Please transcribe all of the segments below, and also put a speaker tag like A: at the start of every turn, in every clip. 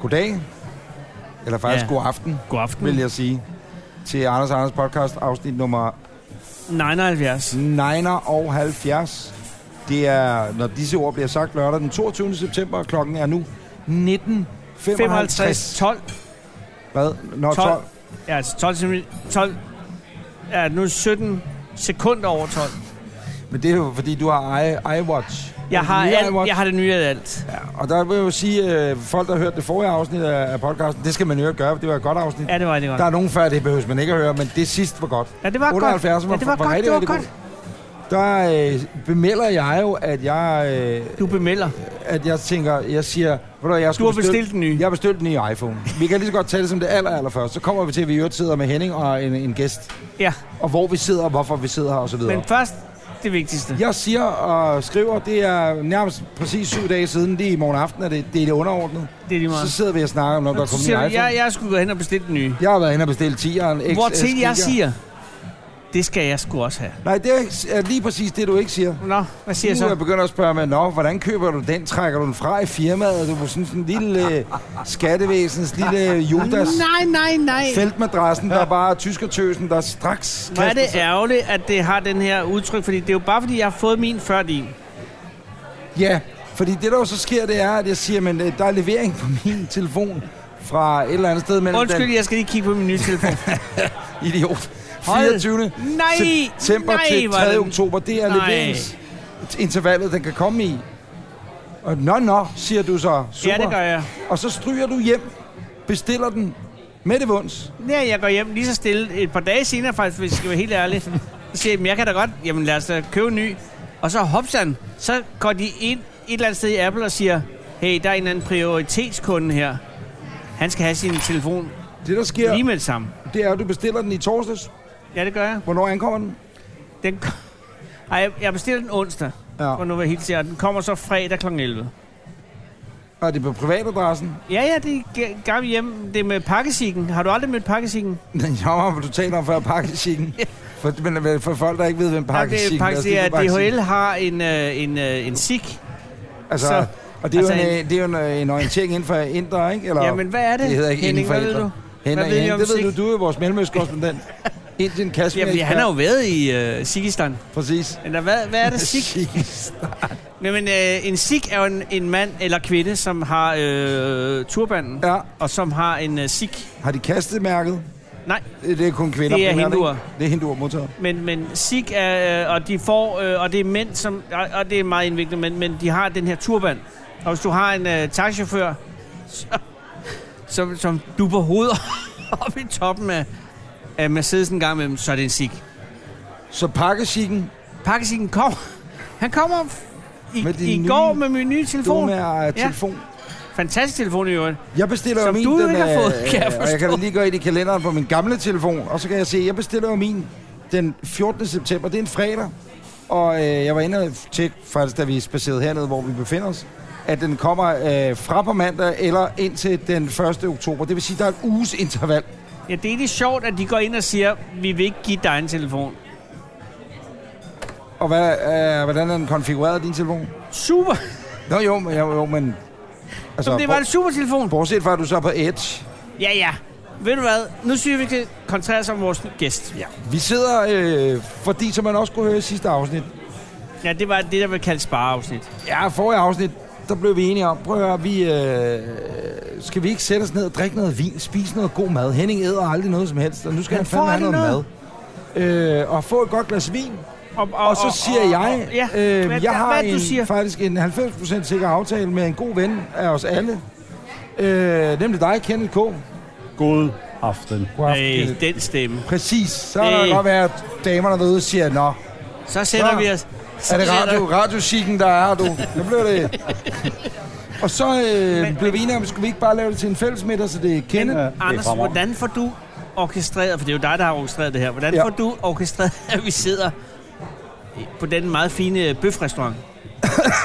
A: goddag, eller faktisk
B: Ja.
A: god aften,
B: God aften.
A: vil jeg sige, til Anders Anders podcast, afsnit nummer
B: 79.
A: 79. Det er, når disse ord bliver sagt lørdag den 22. september, og klokken er nu 19.55.
B: 55. 12.
A: Hvad? Nå,
B: 12.
A: 12.
B: Ja, altså 12, semi- 12. Ja, nu er 17 sekunder over 12.
A: Men det er jo, fordi du har i- iWatch.
B: Jeg
A: Den
B: har,
A: nye
B: alt,
A: iWatch.
B: jeg har det nye af alt.
A: Ja, og der vil jeg jo sige, øh, folk, der har hørt det forrige afsnit af af podcasten, det skal man jo gøre, for det var et godt afsnit.
B: Ja, det var det godt.
A: Der er nogen før, det behøves man ikke at høre, men det sidste var godt.
B: Ja, det var godt.
A: 78 var,
B: Ja, det var, godt,
A: rigtig,
B: det var
A: rigtig
B: godt.
A: god. Der øh, bemelder jeg jo, at jeg, øh,
B: Du bemelder.
A: at jeg tænker, jeg siger, ved du hvad, jeg
B: Du
A: skulle
B: har bestilt den nye.
A: Jeg har bestilt den nye iPhone. Vi kan lige så godt tage det som det aller, aller først. Så kommer vi til, at vi i øvrigt sidder med Henning og en, en gæst.
B: Ja,
A: Og hvor vi sidder, og hvorfor vi sidder her osv.
B: men først det vigtigste.
A: Jeg siger og skriver, det er nærmest præcis syv dage siden, lige i morgen aften, at det, det er det underordnede.
B: Det er lige
A: Så
B: meget.
A: sidder vi og snakker om, når der
B: Så
A: kommer en
B: siger du,
A: iPhone.
B: jeg, jeg skulle gå hen og bestille den nye.
A: Jeg har været inde og bestilt 10'eren.
B: Hvor til jeg siger, det skal jeg sgu også have.
A: Nej, det er ikke- er lige præcis det, du ikke siger.
B: Nå, hvad siger jeg
A: Nu er jeg
B: så?
A: begynder at spørge mig, Nå, hvordan køber du den? Trækker du den fra i firmaet? Du er sådan sådan en lille øh, skattevæsens, lille Judas.
B: Nej, nej, nej.
A: Feltmadrassen, der bare er tyskertøsen, der straks
B: Hvor er det
A: kaster sig-
B: ærgerligt, at det har den her udtryk, fordi det er jo bare, fordi jeg har fået min før din.
A: Ja, fordi det der jo så sker, det er, at jeg siger, men øh, der er levering på min telefon fra et eller andet sted mellem
B: Undskyld, jeg skal lige kigge på min nye telefon.
A: den idiot.
B: Hold.
A: 24.
B: Nej,
A: september
B: nej,
A: til
B: hvor er
A: 3.
B: den-
A: oktober. Det er
B: Nej.
A: leveringsintervallet, den kan komme i. Og nå, nå, siger du så. Super.
B: ja, det gør jeg.
A: Og så stryger du hjem, bestiller den med det vunds.
B: Ja, jeg går hjem lige så stille et par dage senere, faktisk, hvis jeg skal være helt ærlig. Så siger jeg, "Men jeg kan da godt, jamen lad os da købe en ny. Og så hopsan, så går de ind et eller andet sted i Apple og siger, hey, der er en eller anden prioritetskunde her. Han skal have sin telefon
A: Det, der
B: ja.
A: sker,
B: lige med det samme.
A: det er, at du bestiller den i torsdags.
B: Ja, det gør jeg.
A: Hvornår ankommer den?
B: Den k- Ej, jeg- jeg bestiller den onsdag,
A: Ja.
B: for nu vil jeg helt sikker. Den kommer så fredag kl. 11.
A: Og det er på privatadressen.
B: Ja, ja, det er ga- gamle hjem. Det er med pakkesikken. Har du aldrig mødt pakkesikken?
A: Jo, men du taler om før pakkesikken. For, men for folk, der ikke ved, hvem
B: Ja, det
A: pakkesikken
B: er, pakkes, det er,
A: bare sige.
B: DHL har en, øh, en, øh, en sik.
A: Altså,
B: så-
A: og det er,
B: altså
A: jo en, en, det er jo en, øh, en orientering inden for indre, ikke? Eller,
B: Ja, men hvad er det,
A: det hedder ikke
B: Henning?
A: inden for
B: Hvad ved
A: indre.
B: du?
A: Henning,
B: Hvad ved I
A: Henning,
B: om
A: det ved
B: Sik?
A: du, du er jo vores mellemøstkorrespondent. Indien, Kashmir.
B: Jamen, han har jo været i øh, Sikistan.
A: Præcis.
B: Eller hvad, hvad er det, sik? Nej, men øh, en sik er jo en, en mand eller kvinde, som har øh, turbanden, ja.
A: Ja,
B: og som har en øh, sik.
A: har de kastet mærket?
B: Nej,
A: Det er kun kvinder.
B: Det er
A: primært, ikke?
B: hinduer.
A: Det er hinduer modtaget.
B: men, men sik er, øh, og de får, øh, og det er mænd, som, og, og det er meget indviklet, men, men de har den her turban. Og hvis du har en øh, taxichauffør, så, som, som du på hovedet op i toppen af, af Mercedes en gang imellem, så er det en sik.
A: Så pakkesikken,
B: Pakkesikken kom. Han kommer f- i,
A: Med din
B: i
A: nye
B: går med min nye telefon.
A: du med
B: Ja.
A: telefon.
B: Fantastisk telefon i øvrigt.
A: Jeg bestiller
B: Som
A: jo min,
B: du
A: den,
B: ikke har
A: øh,
B: fået, kan jeg
A: Og jeg kan
B: forstå.
A: lige gå ind i kalenderen på min gamle telefon, og så kan jeg se, jeg bestiller jo min den 14. september. Det er en fredag. Og øh, jeg var inde og tjekke, faktisk da vi spacerede hernede, hvor vi befinder os, at den kommer øh, fra på mandag eller indtil den 1. oktober. Det vil sige, at der er et uges interval.
B: Ja, det er lidt sjovt, at de går ind og siger, vi vil ikke give dig en telefon.
A: Og hvad, øh, hvordan er den konfigureret, din telefon?
B: Super.
A: Nå jo, men... Jo, jo, men altså,
B: Som det var en
A: bor-
B: super telefon.
A: bortset fra, at du så er på Edge.
B: Ja, ja. Ved du hvad? Nu synes jeg, vi kan koncentrere os om vores gæst.
A: Ja. Vi sidder, øh, fordi som man også kunne høre i sidste afsnit,
B: Ja, det var det, der blev kaldt spareafsnit.
A: Ja, forrige afsnit, der blev vi enige om, prøv at høre, vi, øh, skal vi ikke sætte os ned og drikke noget vin, spise noget god mad? Henning æder aldrig noget som helst, og nu skal han,
B: Han
A: fandme
B: får
A: have noget,
B: aldrig
A: mad. Øh, og få et godt glas vin,
B: Og,
A: og, og så siger
B: og-
A: jeg,
B: og- ja.
A: øh,
B: hvad,
A: jeg har
B: hvad,
A: en,
B: du siger?
A: faktisk en 90% sikker aftale med en god ven af os alle, øh, nemlig dig, Kenneth K. God
C: God aften.
A: aften,
B: Øh,
A: Kenneth.
B: den stemme.
A: Præcis, så kan
B: Øh.
A: det godt være, at damerne derude siger, nå,
B: Så sender
A: Så
B: vi os... Så
A: er det
B: sætter-
A: radio, radiosikken, der er, du? Nu blev det... Og så øh,
B: Men-
A: blev vi enige om, skulle vi ikke bare lave det til en fælles middag, så det er Kenneth?
C: Ja.
B: Anders,
C: Det er fremover.
B: hvordan får du orkestreret, for det er jo dig, der har orkestreret det her, hvordan
A: Ja.
B: ja. får du orkestreret, at vi sidder på den meget fine bøfrestaurant?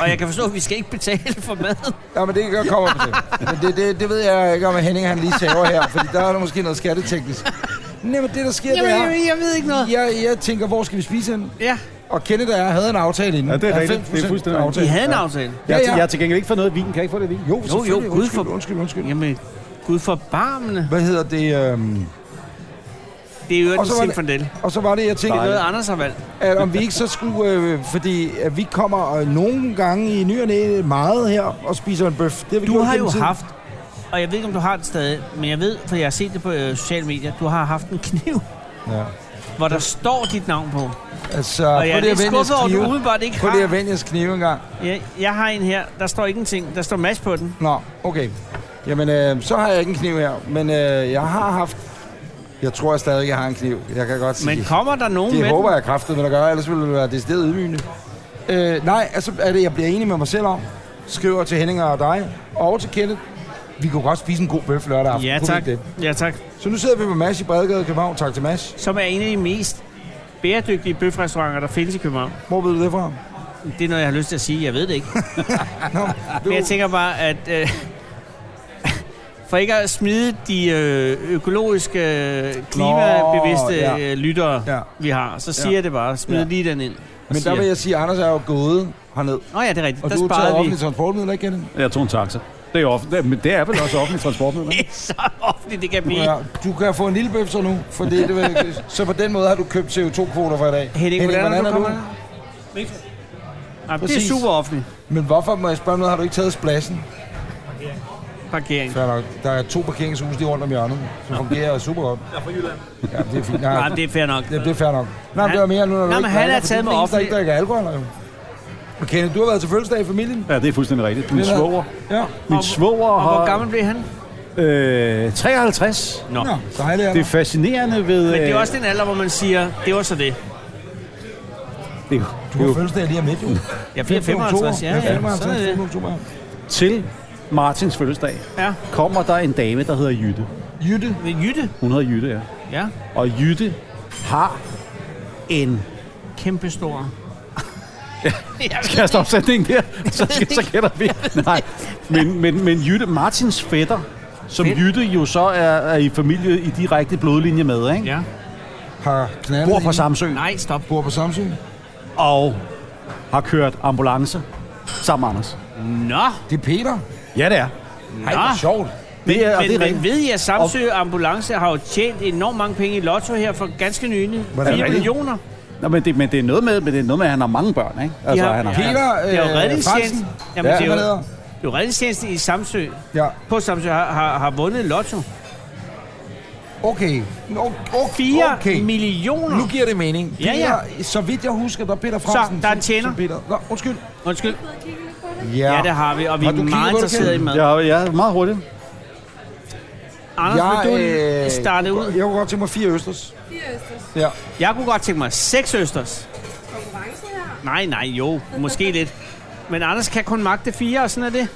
B: og jeg kan forstå, at vi skal ikke betale for maden.
A: Ja, men det kan godt komme op til. Men det, det, det ved jeg ikke om, at Henning han lige saver her, fordi der er der måske noget skatteteknisk. Nej, men det, der sker,
B: Jamen,
A: det er...
B: jeg, jeg ved ikke noget.
A: Jeg, jeg tænker, hvor skal vi spise henne?
B: Ja,
A: Og Kenneth og jeg havde en aftale inden.
C: Ja, det er rigtigt.
A: 90%
C: Det er fuldstændig
B: vi
C: rigtigt.
B: havde en aftale.
A: Ja,
C: Jeg,
A: ja.
C: jeg har til gengæld ikke fået noget vin. Kan jeg ikke få det vin?
A: Jo, jo, jo
B: Gud
A: undskyld,
B: for-
A: undskyld, undskyld.
B: Jamen, gud forbarmende.
A: Hvad hedder det? Øhm,
B: Det er jo
A: Og
B: en
A: så var det-
B: sinfandel. Det
A: og så var det, jeg tænkte,
B: er noget, Anders har valgt.
A: at om vi ikke så skulle... Øh, fordi at vi kommer øh, nogle gange i ny og næ meget her og spiser en bøf. Det vi
B: Du
A: gjort
B: har
A: gennem
B: jo
A: tiden.
B: haft, og jeg ved ikke, om du har det stadig, men jeg ved, for jeg har set det på øh, sociale medier, du har haft en kniv,
A: Ja.
B: hvor der står dit navn på.
A: Altså,
B: Og jeg
A: prøv
B: er
A: lige at
B: lidt
A: vende jeres
B: skuffet over, at du
A: knive.
B: umiddelbart ikke
A: Prøv lige at
B: har.
A: vende jeres knive en gang.
B: Jeg, jeg har en her, der står ingenting. Der står match på den.
A: Nå, okay. Jamen, øh, så har jeg ikke en kniv her. Men øh, jeg har haft... Jeg tror jeg stadig, jeg har en kniv. Jeg kan godt sige.
B: Men kommer der nogen
A: Det
B: med
A: håber jeg kraftigt, at gøre, ellers ville det være decideret ydmygende. Øh, nej, altså er det, jeg bliver enig med mig selv om. Skriver til Henning og dig, og til Kenneth. Vi kunne godt spise en god bøf lørdag aften.
B: den? Ja
A: Kunne vi
B: tak.
A: ikke det?
B: ja, tak.
A: Så nu sidder vi på Mads i Bredegade i København. Tak til Mads.
B: Som er en af de mest bæredygtige bøfrestauranter, der findes i København.
A: Hvor ved du det fra?
B: Det er noget, jeg har lyst til at sige. Jeg ved det ikke.
A: Nå, du,
B: Men jeg tænker bare, at øh, for ikke at smide de øh, økologiske, øh, klimabevidste
A: ja.
B: øh, lyttere,
A: Ja.
B: vi har, så siger ja. jeg det bare. Smid
A: Ja.
B: ja. lige den ind.
A: men der vil jeg sige, at Anders er jo gået herned.
B: Nå ja, det er rigtigt.
A: Og
B: der
A: du har taget
B: sparede vi.
A: offentlig transportmiddel, ikke Kenneth?
C: Jeg tog en taxa. Det er, off- det, er, men det er vel også offentlig transportmiddel?
B: Det er så offentligt, det kan blive.
A: Ja, du kan få en lille bøf så nu, for det, det vil, så på den måde har du købt CO2-kvoter for i dag.
B: Henning, hvordan, hvordan er du? Metro. Nej, det er
A: Præcis.
B: super offentligt.
A: Men hvorfor, må jeg spørge om noget, har du ikke taget spladsen?
B: Parkering.
A: Fair nok. Der er to parkeringshuse lige rundt om hjørnet, som fungerer super godt. Jeg er fra Jylland. Ja, det er fint. Nej,
B: Nej,
A: det,
B: det er fair nok.
A: det er fair nok. Nej, men det
B: Han-
A: var mere nu, når du
B: Nej,
A: ikke
B: men han
A: drikker,
B: er
A: for
B: taget
A: det eneste,
B: med
A: der
B: offentlig-
A: ikke drikker alkohol, er jo. Okay, du har været til fødselsdag i familien.
C: Ja, det er fuldstændig rigtigt. Min
A: Det er-
C: svoger,
A: Ja.
C: min
B: Og-
C: svoger
B: Og
C: har...
B: hvor gammel blev han?
C: Øh, 53.
B: Nå.
A: Nå, dejligt.
C: Det
A: Anna.
C: er fascinerende ved...
B: Men det er
C: øh,
B: også den alder, hvor man siger, det var så det.
C: det,
A: Du
C: det er
A: har
C: jo
A: fødselsdag lige om lidt, jo.
B: Jeg bliver 55, ja, ja. Sådan er
A: 55,
B: det.
A: 5. oktober.
C: til Martins fødselsdag
B: Ja.
C: kommer der en dame, der hedder Jytte.
A: Jytte.
B: Ved Jytte?
C: Hun hedder Jytte, ja.
B: Ja.
C: Og Jytte har en...
B: Kæmpestor.
C: Skal jeg stoppe sætningen der? Så, skal, så gætter vi. Nej. Men, men, men Jytte, Martins fætter, som
B: Fedt.
C: Jytte jo så er, er i familie i direkte blodlinje med, ikke?
B: Ja.
A: Har knaldet
C: Bor på
A: en.
C: Samsø.
B: Nej, stop.
A: Bor på Samsø.
C: Og har kørt ambulance sammen med Anders.
B: Nå.
A: Det er Peter.
C: Ja, det er.
A: Ej, hvor sjovt.
C: Det er, og
B: Men,
C: det er
B: men
C: rigtigt.
B: ved I, at Samsø Ambulance har jo tjent enormt mange penge i lotto her for ganske nylig?
A: Hvordan er
B: 4
A: det?
B: millioner.
C: Nå, men det, men det er noget med, men det er noget med, at han har mange børn, ikke? Altså,
B: har-
C: han har,
B: ja.
A: Peter
B: Det er jo
A: øh,
B: redningstjenesten.
A: Frandsen.
B: Jamen,
A: Ja,
B: det er
A: hvad hedder?
B: jo, det er jo redningstjenesten i Samsø.
A: Ja,
B: På Samsø har, har, har vundet lotto.
A: okay. Nå, okay.
B: 4
A: okay.
B: millioner.
A: Nu giver det mening.
B: Ja, ja.
A: Peter, Så vidt jeg husker, der er Peter Fransen.
B: der er en
A: som-
B: tjener.
A: som Peter. Nå, undskyld.
B: Undskyld.
A: Ja,
B: Ja, det har vi, og vi
A: Har
B: er
A: du kigget
B: meget
A: på det,
B: interesserede i
A: Kjeld?
B: mad. Ja.
C: Ja, ja, meget hurtigt.
B: Anders, vil du øh, starte
A: kunne
B: ud?
A: godt- Jeg kunne godt tænke mig fire østers.
D: Fire østers.
A: Ja.
B: Jeg kunne godt tænke mig seks østers.
D: Konkurrence her.
B: Nej, nej, jo. Måske lidt. Men Anders kan kun magte fire, og sådan er det.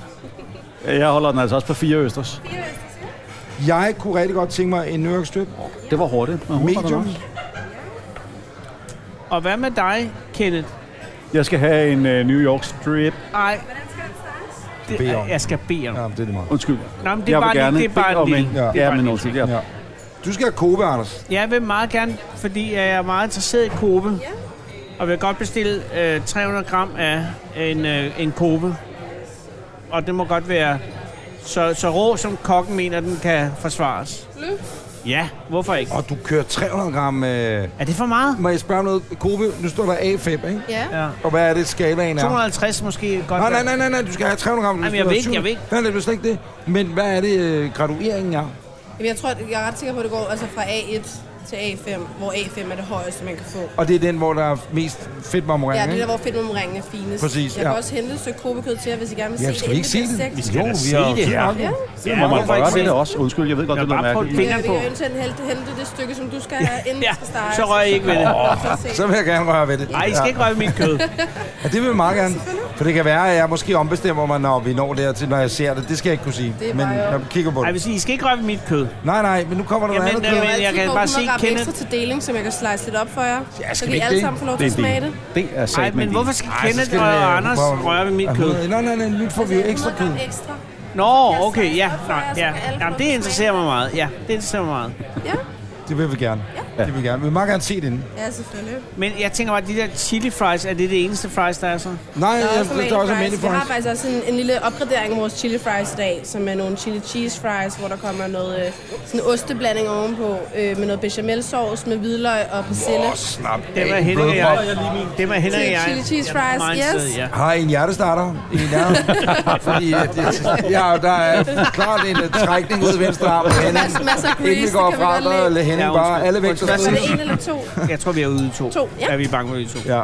C: Jeg holder den altså også på fire østers.
D: Fire østers, ja.
A: Jeg kunne rigtig godt tænke mig en New York strip.
C: Det var hurtigt. Men hun var der
A: Medium.
C: nok.
B: Og hvad med dig, Kenneth?
C: Jeg skal have en uh, New York strip.
B: Nej,
D: Hvordan skal det startes?
B: det,
A: Bede om.
B: jeg skal bede om.
A: Ja, det er det meget.
C: Undskyld.
B: Nå, men det er
C: jeg
B: bare lige- det er bare
C: bede
B: en
C: om
B: lille-
A: det er
C: Ja,
B: bare en
C: men
B: lille
C: undskyld. Ja.
A: Ja. Du skal have Kobe, Anders.
B: Jeg vil meget gerne, fordi jeg er meget interesseret i kobe.
D: Ja.
B: Og vil godt bestille øh, 300 gram af en, øh, en kobe. Og det må godt være så, så rå, som kokken mener, den kan forsvares.
D: Løb.
B: Ja, hvorfor ikke?
A: Og du kører 300 gram... Øh...
B: Er det for meget?
A: Må jeg spørge om noget? Kobe, nu står der A5, ikke?
D: Ja.
B: Ja.
A: Og hvad er det, skalaen er?
B: 250 måske godt.
A: Nej, nej,
B: være.
A: nej, nej, nej, du skal have 300 gram.
B: Ej, men jeg ved ikke, jeg ved ikke.
A: Nej, det er slet ikke det. Men hvad er det, øh, gradueringen er?
D: Jamen, jeg tror, at jeg er ret sikker på, at det går altså fra A1 til A5, hvor A5 er det højeste, man kan få.
A: Og det er den, hvor der er mest fedtmarmorering,
D: Ja, det er der, hvor fedtmumringen er finest.
A: Præcis,
D: jeg kan
A: ja.
D: også hente et stykke kobekød til jer, hvis I gerne vil
A: Ja,
D: se
A: skal vi ikke se
D: inden
A: det?
D: bliver segt.
B: skal
A: jo,
B: da
A: vi
B: sige
A: har jo
B: det.
A: tid nok.
D: Ja.
A: Det er
B: Ja,
A: meget
C: Må
B: hvorfor
C: jeg
A: godt.
C: må
B: ikke
C: godt se
B: selv?
C: det også. Undskyld, jeg ved godt,
B: Jeg
C: det er
B: bare
C: noget
B: prøv
C: mærkeligt.
B: fingre.
D: Ja, vi kan
B: på.
D: eventuelt hente, hente det stykke, som du skal have, inden
B: Ja,
D: det skal starte.
B: så rører I ikke ved det.
A: Så vil jeg gerne røre ved det.
B: Nej, I skal ikke røre ved mit kød.
A: Ja, det vil jeg meget gerne. For det kan være, at jeg måske ombestemmer mig, når vi når dertil, når jeg ser det. Det skal jeg ikke kunne sige.
D: Det er
A: men
D: bare jo.
A: når vi kigger på
B: Nej,
A: det.
B: hvis I skal ikke røre ved mit kød.
A: Nej, nej, men nu kommer der
B: Jamen,
A: noget andet.
B: øh,
A: Kenneth.
B: men jeg kan bare se,
D: Kenneth...
B: Kenneth-
D: ekstra til deling, som jeg kan slice lidt op for jer.
A: Ja,
D: så
A: skal
D: kan
A: vi
D: I
A: ikke
D: alle
A: det?
D: sammen få lov
C: Det
D: til at
C: er
D: smage
C: en
D: det.
C: del. Det er sat
B: Nej, men hvorfor skal
A: Ej, så
B: Kenneth
A: skal det,
B: og
A: øh,
B: Anders
A: prøve-
B: røre ved mit
A: Ah,
B: kød?
A: Nej, nej, nej, nu får vi jo ekstra
D: 100
A: kød.
D: gram Ekstra.
B: Nå, okay, ja. Nå, ja. Jamen, det interesserer mig meget. Ja, det interesserer mig meget.
D: Ja.
A: Det vil vi gerne. Ja. Det vil vi gerne. Vi vil meget gerne se det inden.
D: Ja, selvfølgelig.
B: Men jeg tænker bare, de der chili fries, er det det eneste fries, der er så?
A: Nej,
D: Der er
A: jeg,
D: også
A: der er også
D: fries.
A: many
D: Vi har
A: points.
D: faktisk også en, en lille opgradering af vores chili fries i dag, som er nogle chili cheese fries, hvor der kommer noget øh, sådan osteblanding ovenpå, øh, med noget bechamel sauce med hvidløg og persille.
A: Åh, snap.
B: Det var Henrik og jeg. Det var Henrik og
D: Til
B: jeg.
D: chili cheese fries,
B: meget
D: yes.
B: sted, ja.
A: Har I en hjertestarter i nærheden? Fordi øh, det, ja, der er klart en øh, trækning ud i venstre arm.
D: Mas- masser af grease,
A: Inden vi
D: det
A: går
D: kan vi
A: fra,
D: godt lide.
A: der lader Henning
B: Ja,
A: bare
B: undskyld.
A: alle væk.
B: Undskyld.
D: Var det en eller to?
B: Jeg tror, vi er ude i to.
D: To, ja.
B: Er vi bange ude i to?
A: Ja.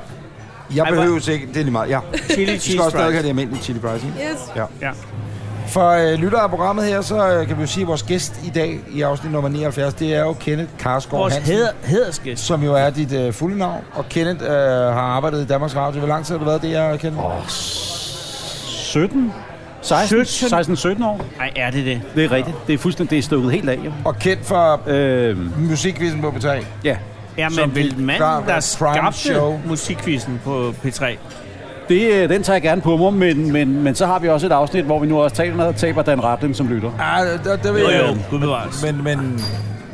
A: Jeg
B: Ej,
A: behøver ikke, det er lige meget. Ja.
B: Chili
A: Vi skal
B: cheese
A: også stadig have
B: fries.
A: det almindelige chili fries, ikke?
D: Yes.
B: Ja.
A: For øh, lyttere af programmet her, så øh, kan vi jo sige, at vores gæst i dag i afsnit nummer 79, det er jo Kenneth Karsgaard
B: Vores
A: Hansen.
B: hæder, hædersgæst.
A: som jo er dit øh, fulde navn. Og Kenneth øh, har arbejdet i Danmarks Radio. Hvor lang tid har du været det, jeg kender? Oh.
C: 17? 16? 16, 17 år.
B: Nej, er det det?
C: Det er rigtigt. Det er fuldstændig det er stukket helt af, jo.
A: Og kendt for øh,
C: Øhm,
A: musikvisen på P3.
C: ja.
B: Ja,
A: Som
B: men vil
A: det
B: manden, der
A: prime
B: skabte
A: show.
B: musikquizzen på P3?
C: Det, øh, den tager jeg gerne på mig, men, men, men så har vi også et afsnit, hvor vi nu også taler, taber Dan Ratling som lytter.
A: Ah, der, der vil
B: Jo,
A: jeg
B: jo, gud bevares.
A: Men, men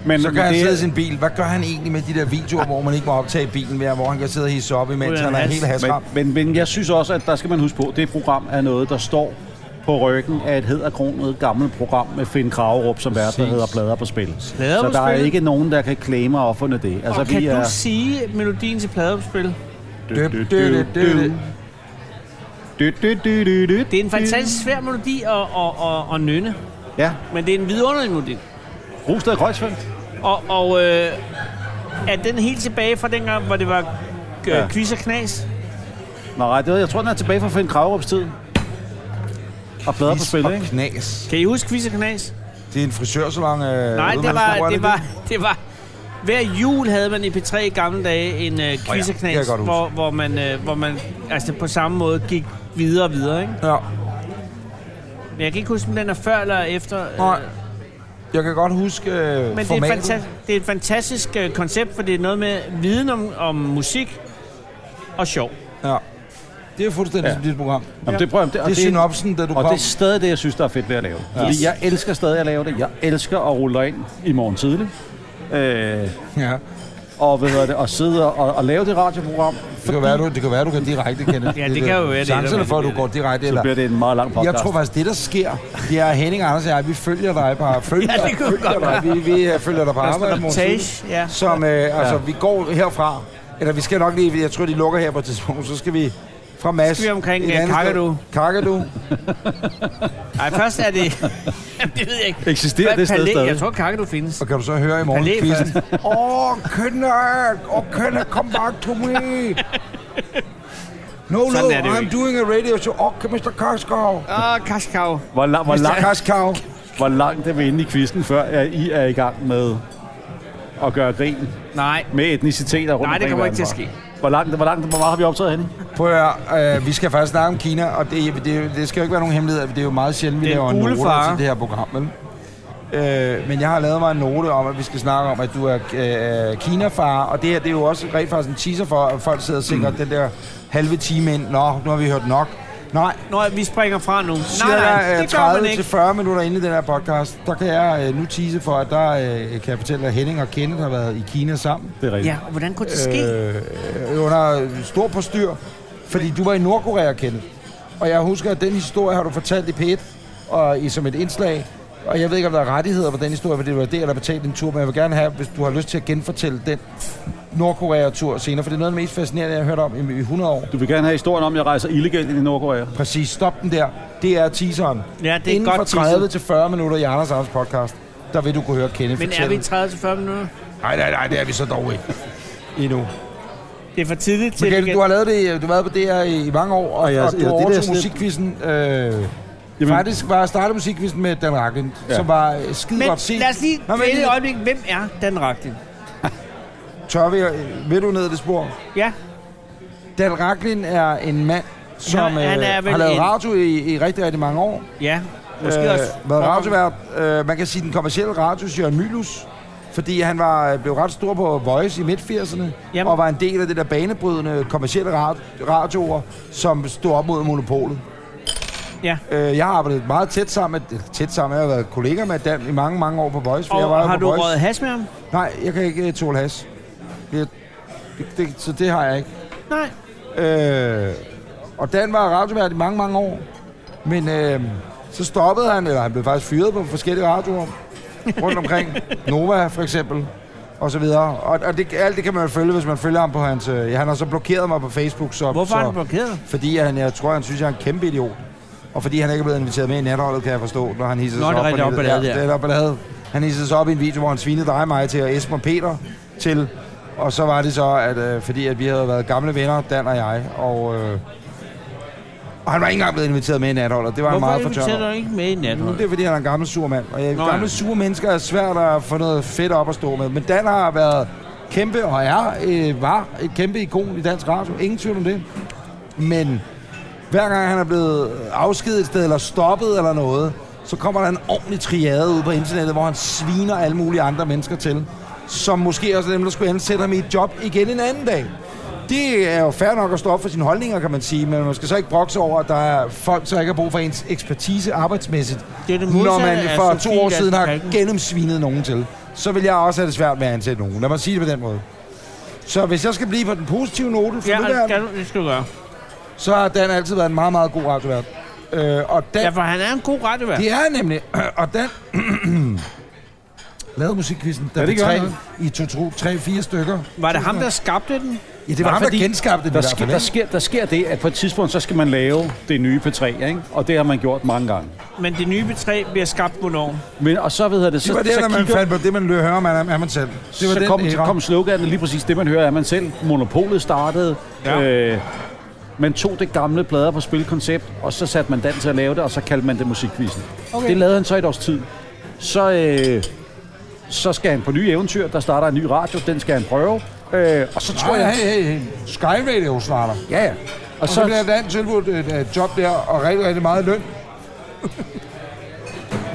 C: Men,
A: så
C: men
A: kan han
C: det,
A: sidde i sin bil. Hvad gør han egentlig med de der videoer, hvor man ikke må optage bilen mere, hvor han kan sidde og hisse op, imens
B: Ryger
A: han
B: en
A: er
B: has.
A: helt hasram?
C: men, men, men jeg synes også, at der skal man huske på, at det program er noget, der står på ryggen af et hedderkronet gammelt program med Finn Kragerup som vært, der
A: Præcis.
C: hedder Plader på spil.
B: Plader
C: så
B: på
C: der er
B: Spil?
C: ikke nogen, der kan claime at opfunde det.
B: Og
C: Altså,
B: kan
C: vi
B: du
C: er...
B: sige melodien til pladeopspil?
A: Døb, døb, døb, døb.
B: Det er en fantastisk svær melodi at, at, at, at nynne,
C: Ja,
B: men det er en vidunderlig melodi.
C: Rostad Kreuzfeldt.
B: Og, og øh, er den helt tilbage fra dengang, hvor det var øh,
C: Ja.
B: quiz og knas?
C: Nej, det, ved jeg jeg tror, den er tilbage fra Finn Kragerups tid. Og Plader på
A: Is
C: spil,
A: og
C: ikke?
A: knas.
B: Kan I huske quiz og knas?
A: Det er en frisørsalon. Øh,
B: Nej,
A: ude
B: det
A: Holstebro, er
B: var, det, var, det var... Hver jul havde man i P3 i gamle dage en øh,
A: Åh ja, det
B: quiz og
A: kan jeg
B: knas,
A: godt huske.
B: hvor, hvor, man, øh, hvor man altså, på samme måde gik videre og videre. Ikke?
A: Ja.
B: Men jeg kan ikke huske, om den er før eller efter. Øh,
A: Nej. Jeg kan godt huske øh,
B: Men det er,
A: formatet.
B: fanta- det er et fantastisk øh, koncept, for det er noget med viden om, om musik og sjov.
A: Ja. Det er fuldstændig ja.
C: Ja.
A: som dit program.
C: Jamen, det prøver jeg. Det, og
A: Det er synopsen, da du
C: Og
A: kom.
C: det er stadig det, jeg synes, der er fedt ved at lave. Ja. Fordi jeg elsker stadig at lave det. Jeg elsker at rulle dig ind i morgen tidlig. Øh,
A: Ja.
C: og, hvad hedder det, og sidde og, og lave det radioprogram.
A: Det kan, være, du, det kan være, du kan direkte kende
B: det kan jo være, det er
A: Chancerne
B: der,
A: for, at du
B: det
A: går direkte.
C: Så
A: Eller,
C: bliver det en meget lang podcast.
A: jeg tror faktisk, det der sker, det er at Henning Anders og jeg, vi følger dig bare. Følger,
B: Ja, det kunne
A: følger
B: godt
A: dig. Vi, vi øh, følger dig på arbejde i morgen tidlig.
B: Reportage, ja.
A: Som, øh, altså, vi går herfra. Eller vi skal nok lige, jeg tror, de lukker her på et tidspunkt. Så skal vi fra Mads.
B: Skal vi omkring,
A: et
B: øh,
A: andet sted.
B: Kakadu?
A: Kakadu.
B: Nej, først er det... Jamen, det ved jeg ikke.
C: Eksisterer det sted
B: Palæ-
C: stadig?
B: Jeg tror, kakadu findes.
A: Og kan du så høre i morgen
B: Palæ
A: quizzen? Åh, oh, Kenneth! Åh, oh, Kenneth, come back to me! No,
B: Sådan
A: no,
B: er det jo
A: I'm
B: ikke.
A: doing a radio show. Åh, oh, Mr. Karskov!
B: Åh, oh, kaskav.
C: Hvor, la- hvor,
A: Mr.
C: lang,
A: Karskov!
C: hvor langt er vi inde i kvisten, før at I er i gang med at gøre grin
B: Nej,
C: med etniciteter rundt
B: Nej, det
C: omkring i
B: kommer ikke til at
C: verden fra? Hvor langt, hvor langt, hvor meget har vi optaget henne?
A: Prøv at høre, øh, vi skal faktisk snakke om Kina, og det, det, det skal jo ikke være nogen hemmelighed, at det er jo meget sjældent, vi
B: Det er en
A: laver noter
B: bulefare.
A: til det her program, vel? Øh, men jeg har lavet mig en note om, at vi skal snakke om, at du er øh, kinafar, og det her det er jo også rent faktisk en teaser for, at folk sidder og tænker mm. den der halve time ind, nå, nu har vi hørt nok. Nej,
B: Nå, vi springer fra nu. Nej,
A: cirka
B: nej,
A: øh,
B: det gør man
A: 30 til
B: ikke.
A: 40 minutter inde i den her podcast, der kan jeg øh, nu tease for, at der øh, kan jeg fortælle, at Henning og Kenneth har været i Kina sammen.
C: Det er rigtigt.
B: Ja, og hvordan kunne det ske?
A: Øh, øh, under stor postyr, fordi du var i Nordkorea, Kenneth. Og jeg husker, at den historie har du fortalt i P1, og i, som et indslag. Og jeg ved ikke, om der er rettigheder på den historie, for det var det, der betalte din tur, men jeg vil gerne have, hvis du har lyst til at genfortælle den Nordkorea-tur senere, for det er noget af det mest fascinerende, jeg har hørt om i, i 100 år.
C: Du vil gerne have historien om, at jeg rejser illegalt ind i Nordkorea.
A: Præcis, stop den der. Det er teaseren.
B: Ja, det er
A: Inden
B: godt
A: for
B: teaset.
A: 30 til 40 minutter i Anders Arms podcast, der vil du kunne høre Kenneth
B: Men er vi
A: fortælle.
B: i 30 til 40 minutter?
A: Nej, nej, nej, det er vi så dog ikke. Endnu.
B: Det er for tidligt til...
A: Men
B: vi
A: Kenneth,
B: kan-
A: du har lavet det, du har været på DR i, i mange år, og,
C: Og
A: jeg,
C: jeg-
A: og du
C: ja, det
A: jeg,
C: der
A: overtog
C: sådan lidt-
A: musikquizzen. Øh,
C: Jamen-
A: faktisk var jeg startede musikquizzen med Dan Rakken, ja.
C: Ja.
A: som var øh, skide
B: Men
A: godt set.
B: lad os lige
A: Nå, men
B: vælge et
A: lige-
B: øjeblik. Hvem er Dan Ragtin?
A: Tør vi, øh, vil du ned ad det spor?
B: Ja,
A: Dan Rakken er en mand, som
B: Ja, han
A: øh,
B: er
A: har
B: vel
A: lavet
B: en-
A: radio i, i rigtig, rigtig mange år.
B: ja. Måske
A: øh,
B: også...
A: været radiovært. Øh, man kan sige den kommercielle radios Jørgen Mylus, fordi han var, øh, blev ret stor på Voice i midt-80'erne,
B: Jamen.
A: og var en del af det der banebrydende kommercielle ra- radioer, som stod op mod monopolet.
B: Ja.
A: Øh, jeg har arbejdet meget tæt sammen med, tæt sammen, jeg har været kollega med Dan i mange, mange år på Voice. for jeg var jo
B: Og har
A: på
B: du
A: Voice.
B: røget hash med ham?
A: Nej, jeg kan ikke øh, tåle has. Jeg, det, det, så det har jeg ikke.
B: Nej.
A: Øh, og Dan var radiovært i mange, mange år. Men øh, så stoppede han, eller han blev faktisk fyret på forskellige radioer rundt omkring. Nova for eksempel, og så videre. Og, og det, alt det kan man jo følge, hvis man følger ham på hans... Øh, han har så blokeret mig på Facebook, så...
B: Hvorfor
A: så,
B: er han blokeret?
A: Fordi han, jeg tror, han synes, jeg er en kæmpe idiot. Og fordi han ikke er blevet inviteret med i natholdet, kan jeg forstå, når han hissede
B: Nå,
A: sig
B: det
A: op.
B: er rigtig
A: på nettet.
B: opballade,
A: ja.
B: ja.
A: Det er der ballade. Han hissede sig op i en video, hvor han svinede dig og mig til, og Esben og Peter til. Og så var det så, at, øh, fordi at vi havde været gamle venner, Dan og jeg, og, øh, og han var ikke engang blevet inviteret med i natholdet. Det var
B: Hvorfor
A: han meget
B: inviterer
A: fortørnet.
B: du ikke med i natten?
A: Det er fordi, han er en gammel sur mand. Og ja,
B: Nå, ja.
A: gamle sure mennesker er svært at få noget fedt op at stå med. Men Dan har været kæmpe, og er, øh, var et kæmpe ikon i dansk radio. Ingen tvivl om det. Men hver gang han er blevet afskedet et sted, eller stoppet eller noget, så kommer der en ordentlig triade ud på internettet, hvor han sviner alle mulige andre mennesker til, som måske også er dem, der skulle ansætte ham i et job igen en anden dag. Det er jo fair nok at stå op for sine holdninger, kan man sige, men man skal så ikke brokse over, at der er folk, der ikke har brug for ens ekspertise arbejdsmæssigt,
B: Det er det
A: når
B: modsatte
A: man
B: af
A: for to
B: Sofie
A: år siden har
B: Lassen-Kalken.
A: gennemsvinet nogen til. Så vil jeg også have det svært med at ansætte nogen. Lad mig sige det på den måde. Så hvis jeg skal blive på den positive note for
B: Ja, altså,
A: nuværende-
B: det, skal du, det skal du gøre.
A: så har Dan altid været en meget, meget god radiovært. Øh, og Dan,
B: Ja,
A: ja.
B: for han er en god rettevært.
A: det er han nemlig, og Dan lavede musikquizzen, der
C: Ja,
A: ja,
C: det
A: det
C: gør
A: tre,
C: han.
A: i to, to, tre, fire stykker.
B: Var det ham, der skabte den?
A: Ja, det var
C: Nej,
A: ham, der
C: fordi
A: genskabte det i
C: Der,
A: hvert
C: sker,
A: fald.
C: der,
A: ikke?
C: sker, der sker det, at på et tidspunkt, så skal man lave det nye P3, ikke? og det har man gjort mange gange.
B: Men det nye B3 bliver skabt hvornår?
C: Men, og så ved jeg det, så,
A: Det var det,
C: så,
A: når man fandt på det, man løber, hører, man er, er man selv. Det var
C: så
A: den
C: kom,
A: æra.
C: kom sloganet lige præcis det, man hører, er man selv. Monopolet startede.
B: Ja.
C: Ja. Øh, man tog det gamle plader på spilkoncept, og så satte man Dan til at lave det, og så kaldte man det musikvisen. Okay. Det lavede han så i et års tid. Så, øh, så skal han på nye eventyr, der starter en ny radio, den skal han prøve. Øh, og så tror
A: Tror jeg,
C: jeg...
A: hey, hey, hey. Sky Radio starter. Og
C: Ja, ja. Og
A: så, så bliver
C: så,
A: Dan tilbudt et, et job der, og rigtig, rigtig meget løn.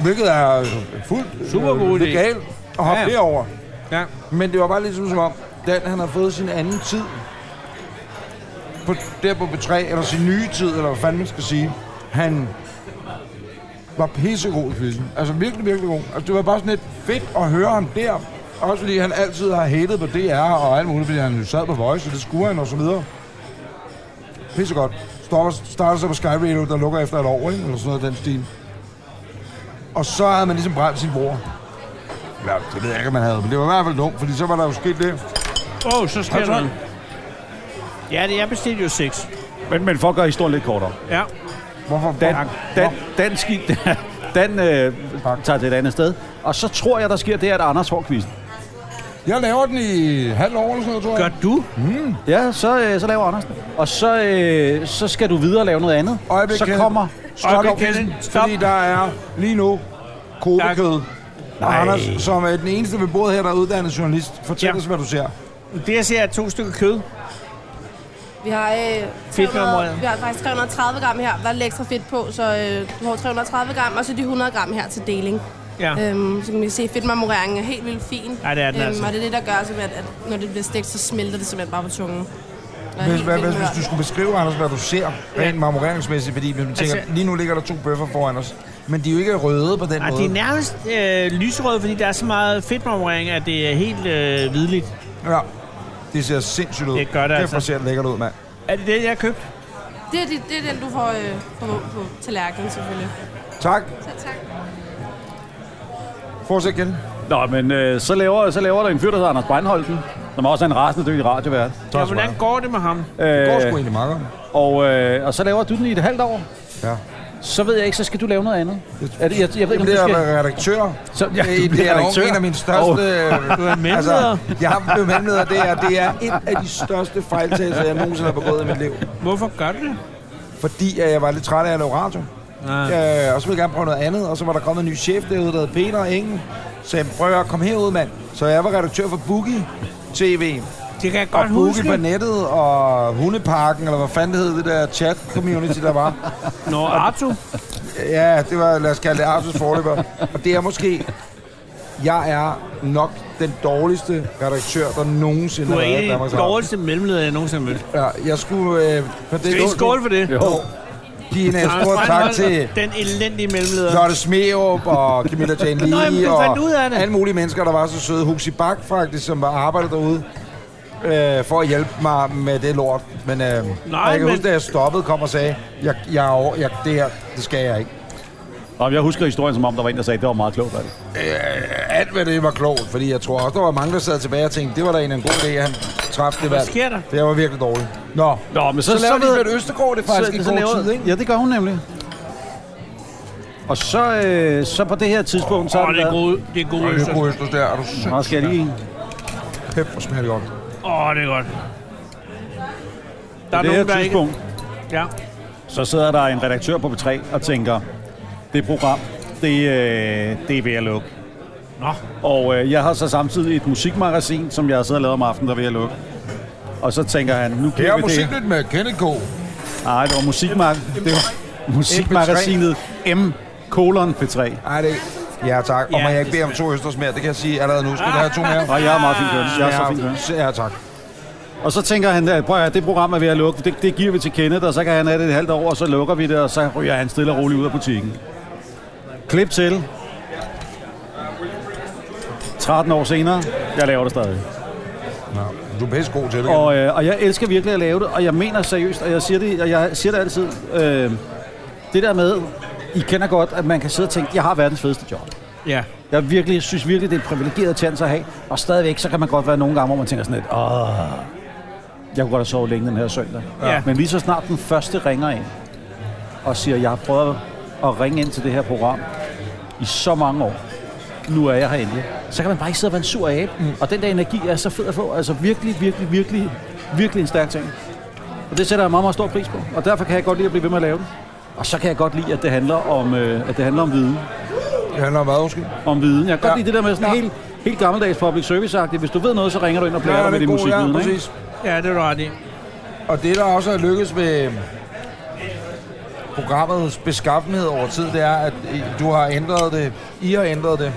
A: Hvilket er fuldt
B: Super
A: øh,
B: god idé.
A: legalt at hoppe
B: Ja.
A: ja. derover.
B: Ja.
A: Men det var bare lidt som om, Dan han har fået sin anden tid på, der på B3, eller sin nye tid, eller hvad fanden man skal sige. Han var pissegod i quizzen. Altså virkelig, virkelig god. Altså, det var bare sådan lidt fedt at høre ham der. Også fordi han altid har hatet på DR og alt muligt, fordi han jo sad på Voice, og det skulle han og så videre. Pissegodt. Stopper, starter så på Sky Radio, der lukker efter et år, ikke? eller sådan noget af den stil. Og så havde man ligesom brændt sin bror. Ja, det ved jeg ikke, om man havde, men det var i hvert fald dumt, fordi så var der jo sket det.
B: Åh, oh, så sker
A: Har
B: der
A: du
B: noget. Ja, det er bestilt jo seks.
C: men, men for at gøre historien lidt kortere.
B: Ja.
A: Hvorfor?
C: Dan,
A: Hvor-
C: dan, dan, skik, dan øh,
A: Tak.
C: tager til et andet sted. Og så tror jeg, der sker det, at Anders får quizzen.
A: Jeg laver den i halv år eller sådan noget, tror
B: Gør
A: jeg. Mm.
B: du?
C: Ja, så, øh, så laver Anders den. Og så, øh, så skal du videre og lave noget andet.
A: Øjeblik,
C: så
A: Kenneth.
C: kommer...
A: Stop,
B: Øjeblik,
A: quizzen,
B: Kenneth. Stop.
A: Fordi der er lige nu kobekød.
C: Nej.
A: Anders, som er den eneste ved bordet her, der er uddannet journalist. Fortæl
B: Ja.
A: ja. os, hvad du ser.
B: Det, jeg ser, er to stykker kød.
D: Vi har, øh,
B: Fedt med
D: 300,
B: området.
D: vi har faktisk 330 gram her. Der er lidt ekstra fedt på, så øh, du har 330 gram, og så de 100 gram her til deling.
B: Ja.
D: Øhm, så kan man se, at fedtmarmoreringen er helt vildt fin. Øhm,
B: Ja, det er den altså.
D: Og det er det, der gør, simpelthen, at når det bliver stegt, så smelter det simpelthen bare på tungen. Og er
A: Hvis,
D: helt
A: hvad,
D: vildt
A: hvis, hvis
D: mørt.
A: du skulle beskrive, Anders, hvad du ser rent marmoreringsmæssigt, fordi hvis man tænker,
B: Altså-
A: lige nu ligger der to bøffer foran os, men de er jo ikke røde på den
B: Ej,
A: måde.
B: det er nærmest øh, lyserød, fordi der er så meget fedtmarmorering, at det er helt øh, hvidligt.
A: Ja. Det ser sindssygt ud.
B: Det gør det
A: Kæft,
B: altså.
A: hvor ser det lækkert ud, mand.
B: Er det det, jeg har købt?
D: Det er, det, det er den, du får øh, på, på tallerkenen, selvfølgelig.
A: Tak.
D: Så, tak.
A: Fortsæt igen.
C: Nå, men øh, så, laver, så laver der en fyr, der hedder Anders Breinholten, som også er en rasende dygtig radiovært.
B: Ja, hvordan går det med ham?
A: Det går sgu
C: Øh,
A: egentlig meget godt.
C: og, øh, og så laver du den i et halvt år.
A: Ja.
C: Så ved jeg ikke, så skal du lave noget andet. Er det, jeg, jeg ved
A: Jeg
C: ikke, om du
A: bliver
C: skal...
A: redaktør.
C: Så, ja,
A: Det, det er jo en af mine
C: Og-
A: største...
B: Du er mellemleder.
A: altså, jeg har blevet mellemleder, det er, det er en af de største fejltagelser, jeg nogensinde har begået i mit liv.
B: Hvorfor gør du det?
A: Fordi at jeg var lidt træt af at lave radio.
B: Ja.
A: Øh, og så ville jeg gerne prøve noget andet, og så var der kommet en ny chef derude, der hed Peter Engen. Så jeg prøver at komme herud, mand. Så jeg var redaktør for Boogie TV.
B: Det kan jeg
A: Og
B: godt
A: Boogie
B: huske.
A: på nettet, og Hundeparken, eller hvad fanden det hed, det der chat-community, der var.
B: Nå, Arto.
A: Ja, det var, lad os kalde det Artus forløber. Og det er måske... Jeg er nok den dårligste redaktør, der nogensinde
B: Du er
A: har været i
B: en af
A: Danmarks
B: de
A: Radio.
B: dårligste mellemleder, jeg nogensinde har mødt.
A: Ja, jeg skulle... Øh, for det
B: Skal I skåle for det?
C: Jo.
A: give en øh, stor tak til
B: Den elendige mellemleder.
A: Lotte Smeup og Camilla Jane
B: Nå, jamen,
A: Lee
B: du fandt ud af
A: og
B: det.
A: alle mulige mennesker, der var så søde. Huxi Bak faktisk, som var arbejdet derude øh, for at hjælpe mig med det lort. Men øh, Nej, jeg kan
B: men-
A: huske, da jeg stoppede, kom og sagde, jeg, jeg, er over, jeg, det her, det skal jeg ikke.
C: Og jeg husker historien, som om der var en, der sagde, at det var meget klogt af det.
A: Øh, Alt hvad det var klogt, fordi jeg tror også, der var mange, der sad tilbage og tænkte, det var da en, en god idé, at han træffede det valg.
B: sker der?
A: Det var virkelig dårligt. Nå,
C: Nå, men så,
A: så, så laver
C: ved-
A: de med Østergaard, det er faktisk en god
C: laver-
A: tid, ikke?
C: Ja, det gør hun nemlig. Og så, øh, så på det her tidspunkt, så
B: Åh, det er
C: været-
B: gode, det er gode
A: Og det
B: øster.
A: er på Østers der, er du
C: Nå, skal jeg lige...
A: sindssygt hvor smager det godt.
B: Åh, det er godt. Der er
C: på det
B: nogen, der
C: her
B: ikke...
C: tidspunkt,
B: Ja.
C: så sidder der en redaktør på B3 og tænker, det program, det, øh, det er ved at lukke.
B: Nå,
C: Og øh, jeg har så samtidig et musikmagasin, som jeg har siddet og lavet om aftenen, der er ved at lukke. Og så tænker han, nu
A: Det
C: giver
A: er
C: vi det.
A: musiknyt med Kenneth K.
C: Nej, det var, musikmag- det var musikmagasinet M kolon P3.
A: Ej, det Ja, tak. Og
B: Ja,
A: må jeg ikke
B: det
A: bede om to østers mere? Det kan jeg sige allerede nu. Skal du have to mere?
C: Og jeg er meget fint køn. Jeg er så fint køn.
A: Ja, tak.
C: Og så tænker han, at prøv at høre, det program er ved at lukke, det, det giver vi til Kenneth, og så kan han have det et halvt år, og så lukker vi det, og så ryger han stille og roligt ud af butikken. Klip til. 13 år senere, jeg laver det stadig.
A: Nå, du er bedst god til det. Kenneth.
C: Og, øh, og jeg elsker virkelig at lave det, og jeg mener seriøst, og jeg siger det, og jeg siger det altid, øh, det der med, I kender godt, at man kan sidde og tænke, jeg har verdens fedeste job.
B: ja.
C: Jeg virkelig, synes virkelig, det er en privilegeret chance at have. Og stadigvæk, så kan man godt være nogle gange, hvor man tænker sådan lidt, åh, jeg kunne godt have sovet længe den her søndag.
B: Ja.
C: Men lige så snart den første ringer ind og siger, jeg har prøvet at ringe ind til det her program i så mange år. Nu er jeg her endelig. Så kan man bare ikke sidde og være en sur abe. Mm. Og den der energi er så fed at få. Altså virkelig, virkelig, virkelig, virkelig en stærk ting. Og det sætter jeg meget, meget stor pris på. Og derfor kan jeg godt lide at blive ved med at lave den. Og så kan jeg godt lide, at det handler om, øh, at det handler om viden
A: Det handler om hvad, undskyld?
C: om viden. Jeg kan godt
A: Ja.
C: lide det der med sådan
A: Ja.
C: helt, helt gammeldags public service-agtigt. Hvis du ved noget, så ringer du ind og blærer dig med din
A: god, ja,
C: musikviden. ikke?
A: præcis.
B: Ja, det er du ret i.
A: Og det, der også er lykkedes med programmets beskaffenhed over tid, det er, at I- du har ændret det, I har ændret det,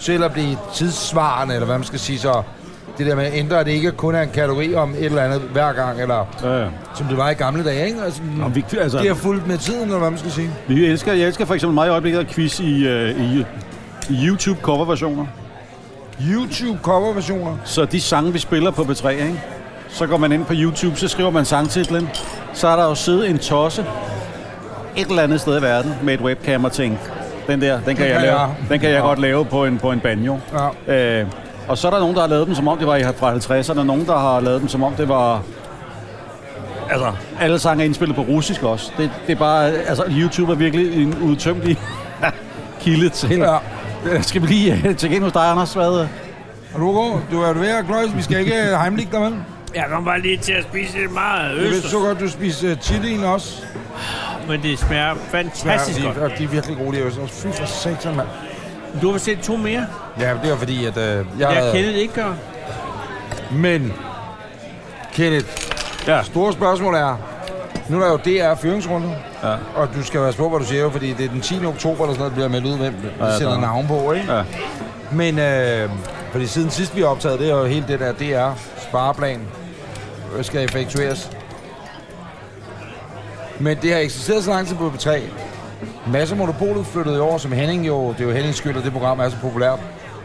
A: til at blive tidssvarende, eller hvad man skal sige så. Det der med at ændre, at det ikke kun er en kategori om et eller andet hver gang, eller
C: Ja, ja.
A: som det var i gamle dage, ikke? Altså,
C: Nå, vi, altså,
A: det har fulgt med tiden, eller hvad man skal sige.
C: vi elsker, jeg elsker for eksempel meget i øjeblikket at quiz i, øh, i, i YouTube coverversioner.
A: YouTube coverversioner.
C: Så de sange, vi spiller på B3, ikke? så går man ind på YouTube, så skriver man sangtitlen. Så er der jo siddet en tosse et eller andet sted i verden med et webcam og tænkt, den der, den kan, jeg,
A: kan
C: lave.
A: jeg."
C: Den kan jeg godt lave på en, på en banjo.
A: Ja.
C: Øh, og så er der nogen, der har lavet dem, som om det var i- fra 50'erne, og nogen, der har lavet dem, som om det var... Altså, alle sange er indspillet på russisk også. Det, det er bare... Altså, YouTube er virkelig en udtømmelig kilde til...
A: Ja.
C: Skal vi lige øh, tjekke ind hos dig, Anders? Hvad?
A: Er du god? Du er ved at kløjs. Vi skal ikke øh, heimligge dig, vel?
B: Jeg kom bare lige til at spise lidt meget
A: Jeg ved
B: øster,
A: så godt, du spiser øh, chilien også.
B: men det smager fantastisk
A: de,
B: godt.
A: og de er virkelig gode, de østers. Fy for satan, mand.
B: Du har bestilt to mere.
A: Ja, det var fordi, at øh, jeg,
B: Jeg
A: havde-
B: kender det ikke, gør.
A: Men, Kenneth,
C: Ja.
A: store spørgsmål er, nu er der jo DR fyringsrunde,
C: Ja.
A: og du skal være på, hvad du siger, fordi det er den 10. oktober, eller sådan noget, der bliver meldt ud, hvem vi
C: der
A: sender
C: er.
A: navn på, ikke?
C: Ja.
A: Men, øh, fordi siden sidst vi har optaget, det er jo hele det der DR spareplan, øh, skal effektueres. Men det har eksisteret så lang tid på B3. Masser Monopolet flyttede over, som Henning jo, det er jo Hennings skyld, at det program er så populært.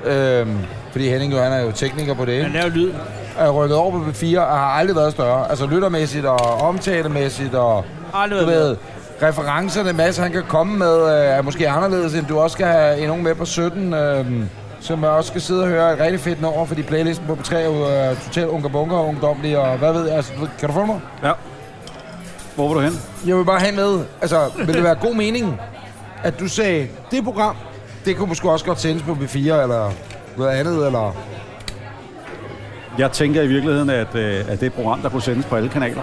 A: Øhm, fordi Henning jo, han er jo tekniker på det, ikke?
B: Han laver lyd.
A: er rykket over på P4 og har aldrig været større. Altså lyttermæssigt og omtalemæssigt og
B: Aldrig
A: du
B: været
A: ved, referencerne, Mads han kan komme med, øh, er måske anderledes end du også skal have en ung med på 17, øh, som også skal sidde og høre et rigtig fedt nummer, fordi playlisten på P3 er jo øh, totalt unga bunker og ungdomlig, og hvad ved jeg, altså, du ved- kan du få mig?
C: ja. Hvor var du hen?
A: Jeg vil bare have med, altså, vil det være god mening, at du sagde, det program, det kunne måske også godt sendes på B4 eller noget andet, eller...
C: Jeg tænker i virkeligheden, at, øh, at det er et program, der kunne sendes på alle kanaler.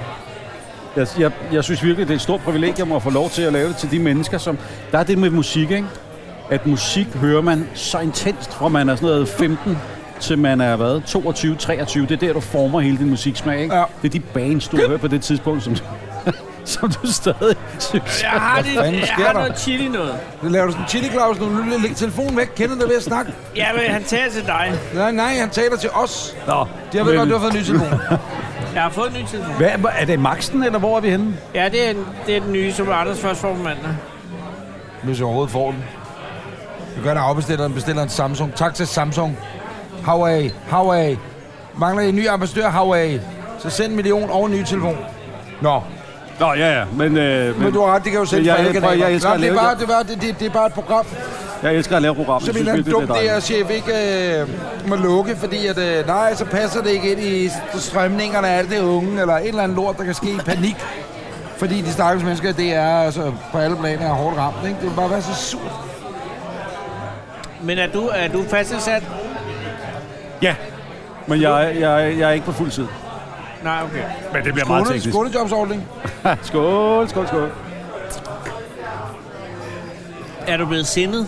C: Jeg, jeg, jeg synes virkelig, det er et stort privilegium at få lov til at lave det til de mennesker, som... Der er det med musik, ikke? At musik hører man så intenst, fra man er sådan noget 15 til man er hvad, 22, 23. Det er der, du former hele din musiksmag, ikke?
A: Ja.
C: Det er de bands, du hører på det tidspunkt, som, som du stadig synes.
B: Jeg har, det,
A: fanden
B: jeg
A: sker der?
B: har noget chili noget.
A: Det laver du sådan en chili Claus, nu lægger telefonen væk, kender det ved at snakke.
B: Ja, men han tager til dig.
A: Nej, nej, han taler til os.
C: Nå,
A: Jeg ved godt, du har fået en ny telefon.
B: Jeg har fået en ny telefon.
C: Hvad, er det Maxen, eller hvor er vi henne?
B: Ja, det er, en- det er den nye, som Anders først får på mandag.
A: hvis jeg overhovedet får den. Jeg gør det afbestilleren, bestiller en Samsung. Tak til Samsung. Huawei, Huawei. Mangler I en ny ambassadør, Huawei. Så send en million og en ny telefon. Nå,
C: Nå, ja, ja. Men, øh,
A: men, men du har ret, det kan jo sælge
C: jeg
A: fra alle
C: elsker-
A: kanaler.
C: jeg elsker
A: Nå,
C: at
A: det, er
C: lave
A: bare, det, er bare, det, det, det er bare et program,
C: jeg elsker at lave programmet.
A: som en eller anden dum DR-chef ikke øh, må lukke, fordi at, øh, nej, så passer det ikke ind i strømningerne af alt det unge, eller et eller andet lort, der kan ske i panik. Fordi de stakkels mennesker i DR altså, på alle planer er hårdt ramt. Ikke? Det vil bare være så surt.
B: Men er du, er du fastansat?
C: Ja, men jeg, jeg, jeg er ikke på fuld tid.
B: Nej, okay.
C: Men det bliver
A: Skåne, skånejobsordning.
C: skål, skål, skål.
B: Er du blevet sindet?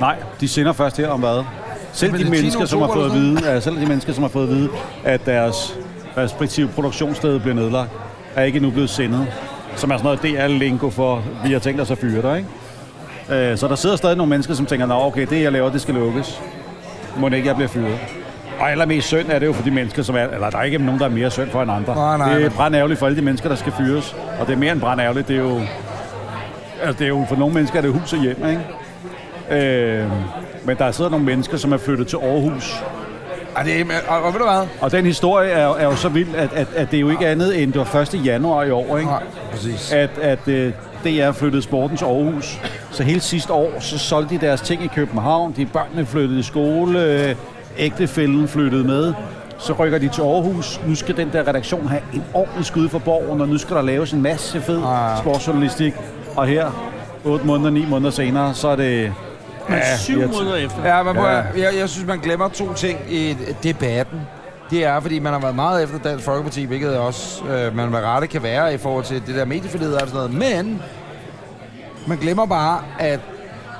C: Nej, de sender først her om hvad? Selv
A: Jamen,
C: de
A: det er
C: mennesker,
A: 10.
C: som har
A: oktober
C: fået at
A: eller
C: vide, ja, selv de mennesker, som har fået at vide, at deres respektive produktionssted bliver nedlagt, er ikke nu blevet sendet. Som er sådan noget DR-lingo for, vi har tænkt os at fyre dig, ikke? Øh, Så der sidder stadig nogle mennesker, som tænker, nå okay, det jeg laver, det skal lukkes. Må det ikke, jeg bliver fyret. Og allermest synd er det jo for de mennesker, som er... Eller der er ikke nogen, der er mere synd for end andre.
A: Nej, nej,
C: det er
A: nej.
C: brændærgerligt for alle de mennesker, der skal fyres. Og det er mere end brændærgerligt, det er jo... Altså, det er jo for nogle mennesker er det hus og hjem, ikke? Øh, men der sidder nogle mennesker, som er flyttet til Aarhus.
A: Ej, det er, og, og ved du hvad?
C: Og den historie er, jo- er jo så vild, at, at, at det er jo ikke andet end det var 1. januar i år, ikke?
A: Nej, præcis.
C: at, at øh, DR flyttede sporten til Aarhus. Så hele sidste år, så solgte de deres ting i København. De børnene flyttede i skole. Øh, ægtefælden flyttede med. Så rykker de til Aarhus. Nu skal den der redaktion have en ordentlig skud for borgen, og nu skal der laves en masse fed
A: Ah.
C: sportsjournalistik. Og her, 8 måneder, 9 måneder senere, så er det...
B: Men ja, syv
C: jeg t-
B: måneder efter.
A: Ja, man, ja.
C: Ja.
A: Jeg, jeg synes, man glemmer to ting i debatten. Det er, fordi man har været meget efter Dansk Folkeparti, hvilket også øh, man med rette kan være i forhold til det der medieforled og sådan noget. Men man glemmer bare, at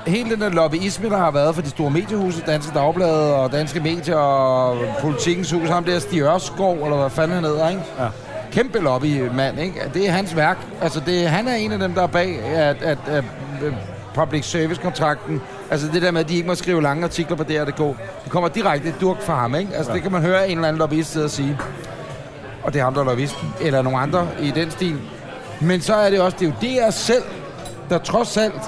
A: hele den der lobbyisme, der har været for de store mediehuse, Danske Dagblade og Danske Medier og Politikens Hus, ham der Stig Ørskov, eller hvad fanden han hedder, ikke?
C: Ja.
A: Kæmpe lobbymand, ikke? Det er hans værk. Altså, det, han er en af dem, der er bag at, at, at, øh, public service-kontrakten. Altså det der med, at de ikke må skrive lange artikler på DR.dk. Det kommer direkte durk fra ham, ikke? Altså det kan man høre en eller anden lobbyist sidde og sige. Og det er ham, der er lobbyisten. Eller nogle andre i den stil. Men så er det også, det er jo DR selv, der trods alt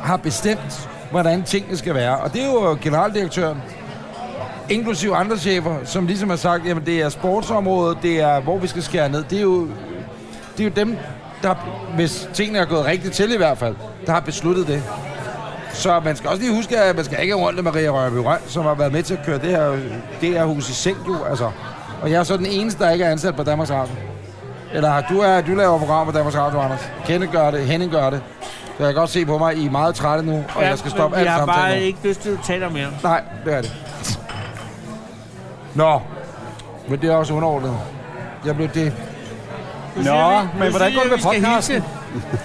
A: har bestemt, hvordan tingene skal være. Og det er jo generaldirektøren, inklusive andre chefer, som ligesom har sagt, jamen det er sportsområdet, det er, hvor vi skal skære ned. Det er jo, det er jo dem, der, hvis tingene er gået rigtigt til i hvert fald, der har besluttet det. Så man skal også lige huske, at man skal ikke rundt med Maria Rørby Røn, som har været med til at køre det her, det her hus i seng, jo, altså. Og jeg er så den eneste, der ikke er ansat på Danmarks Radio. Eller har du, er, du laver program på Danmarks Radio, Anders. Kenneth gør det, Henning gør det. Så jeg kan godt se på mig, I er meget trætte nu, og ja, jeg skal stoppe
B: men
A: alt
B: Jeg har
A: samtalen.
B: bare
A: nu.
B: ikke lyst til at tale om mere.
A: Nej, det er det. Nå, men det er også underordnet. Jeg blev det.
B: Nu
C: Nå,
B: siger
C: men
B: nu
C: hvordan
B: siger
C: går det
B: vi,
C: med
B: vi skal
C: podcasten?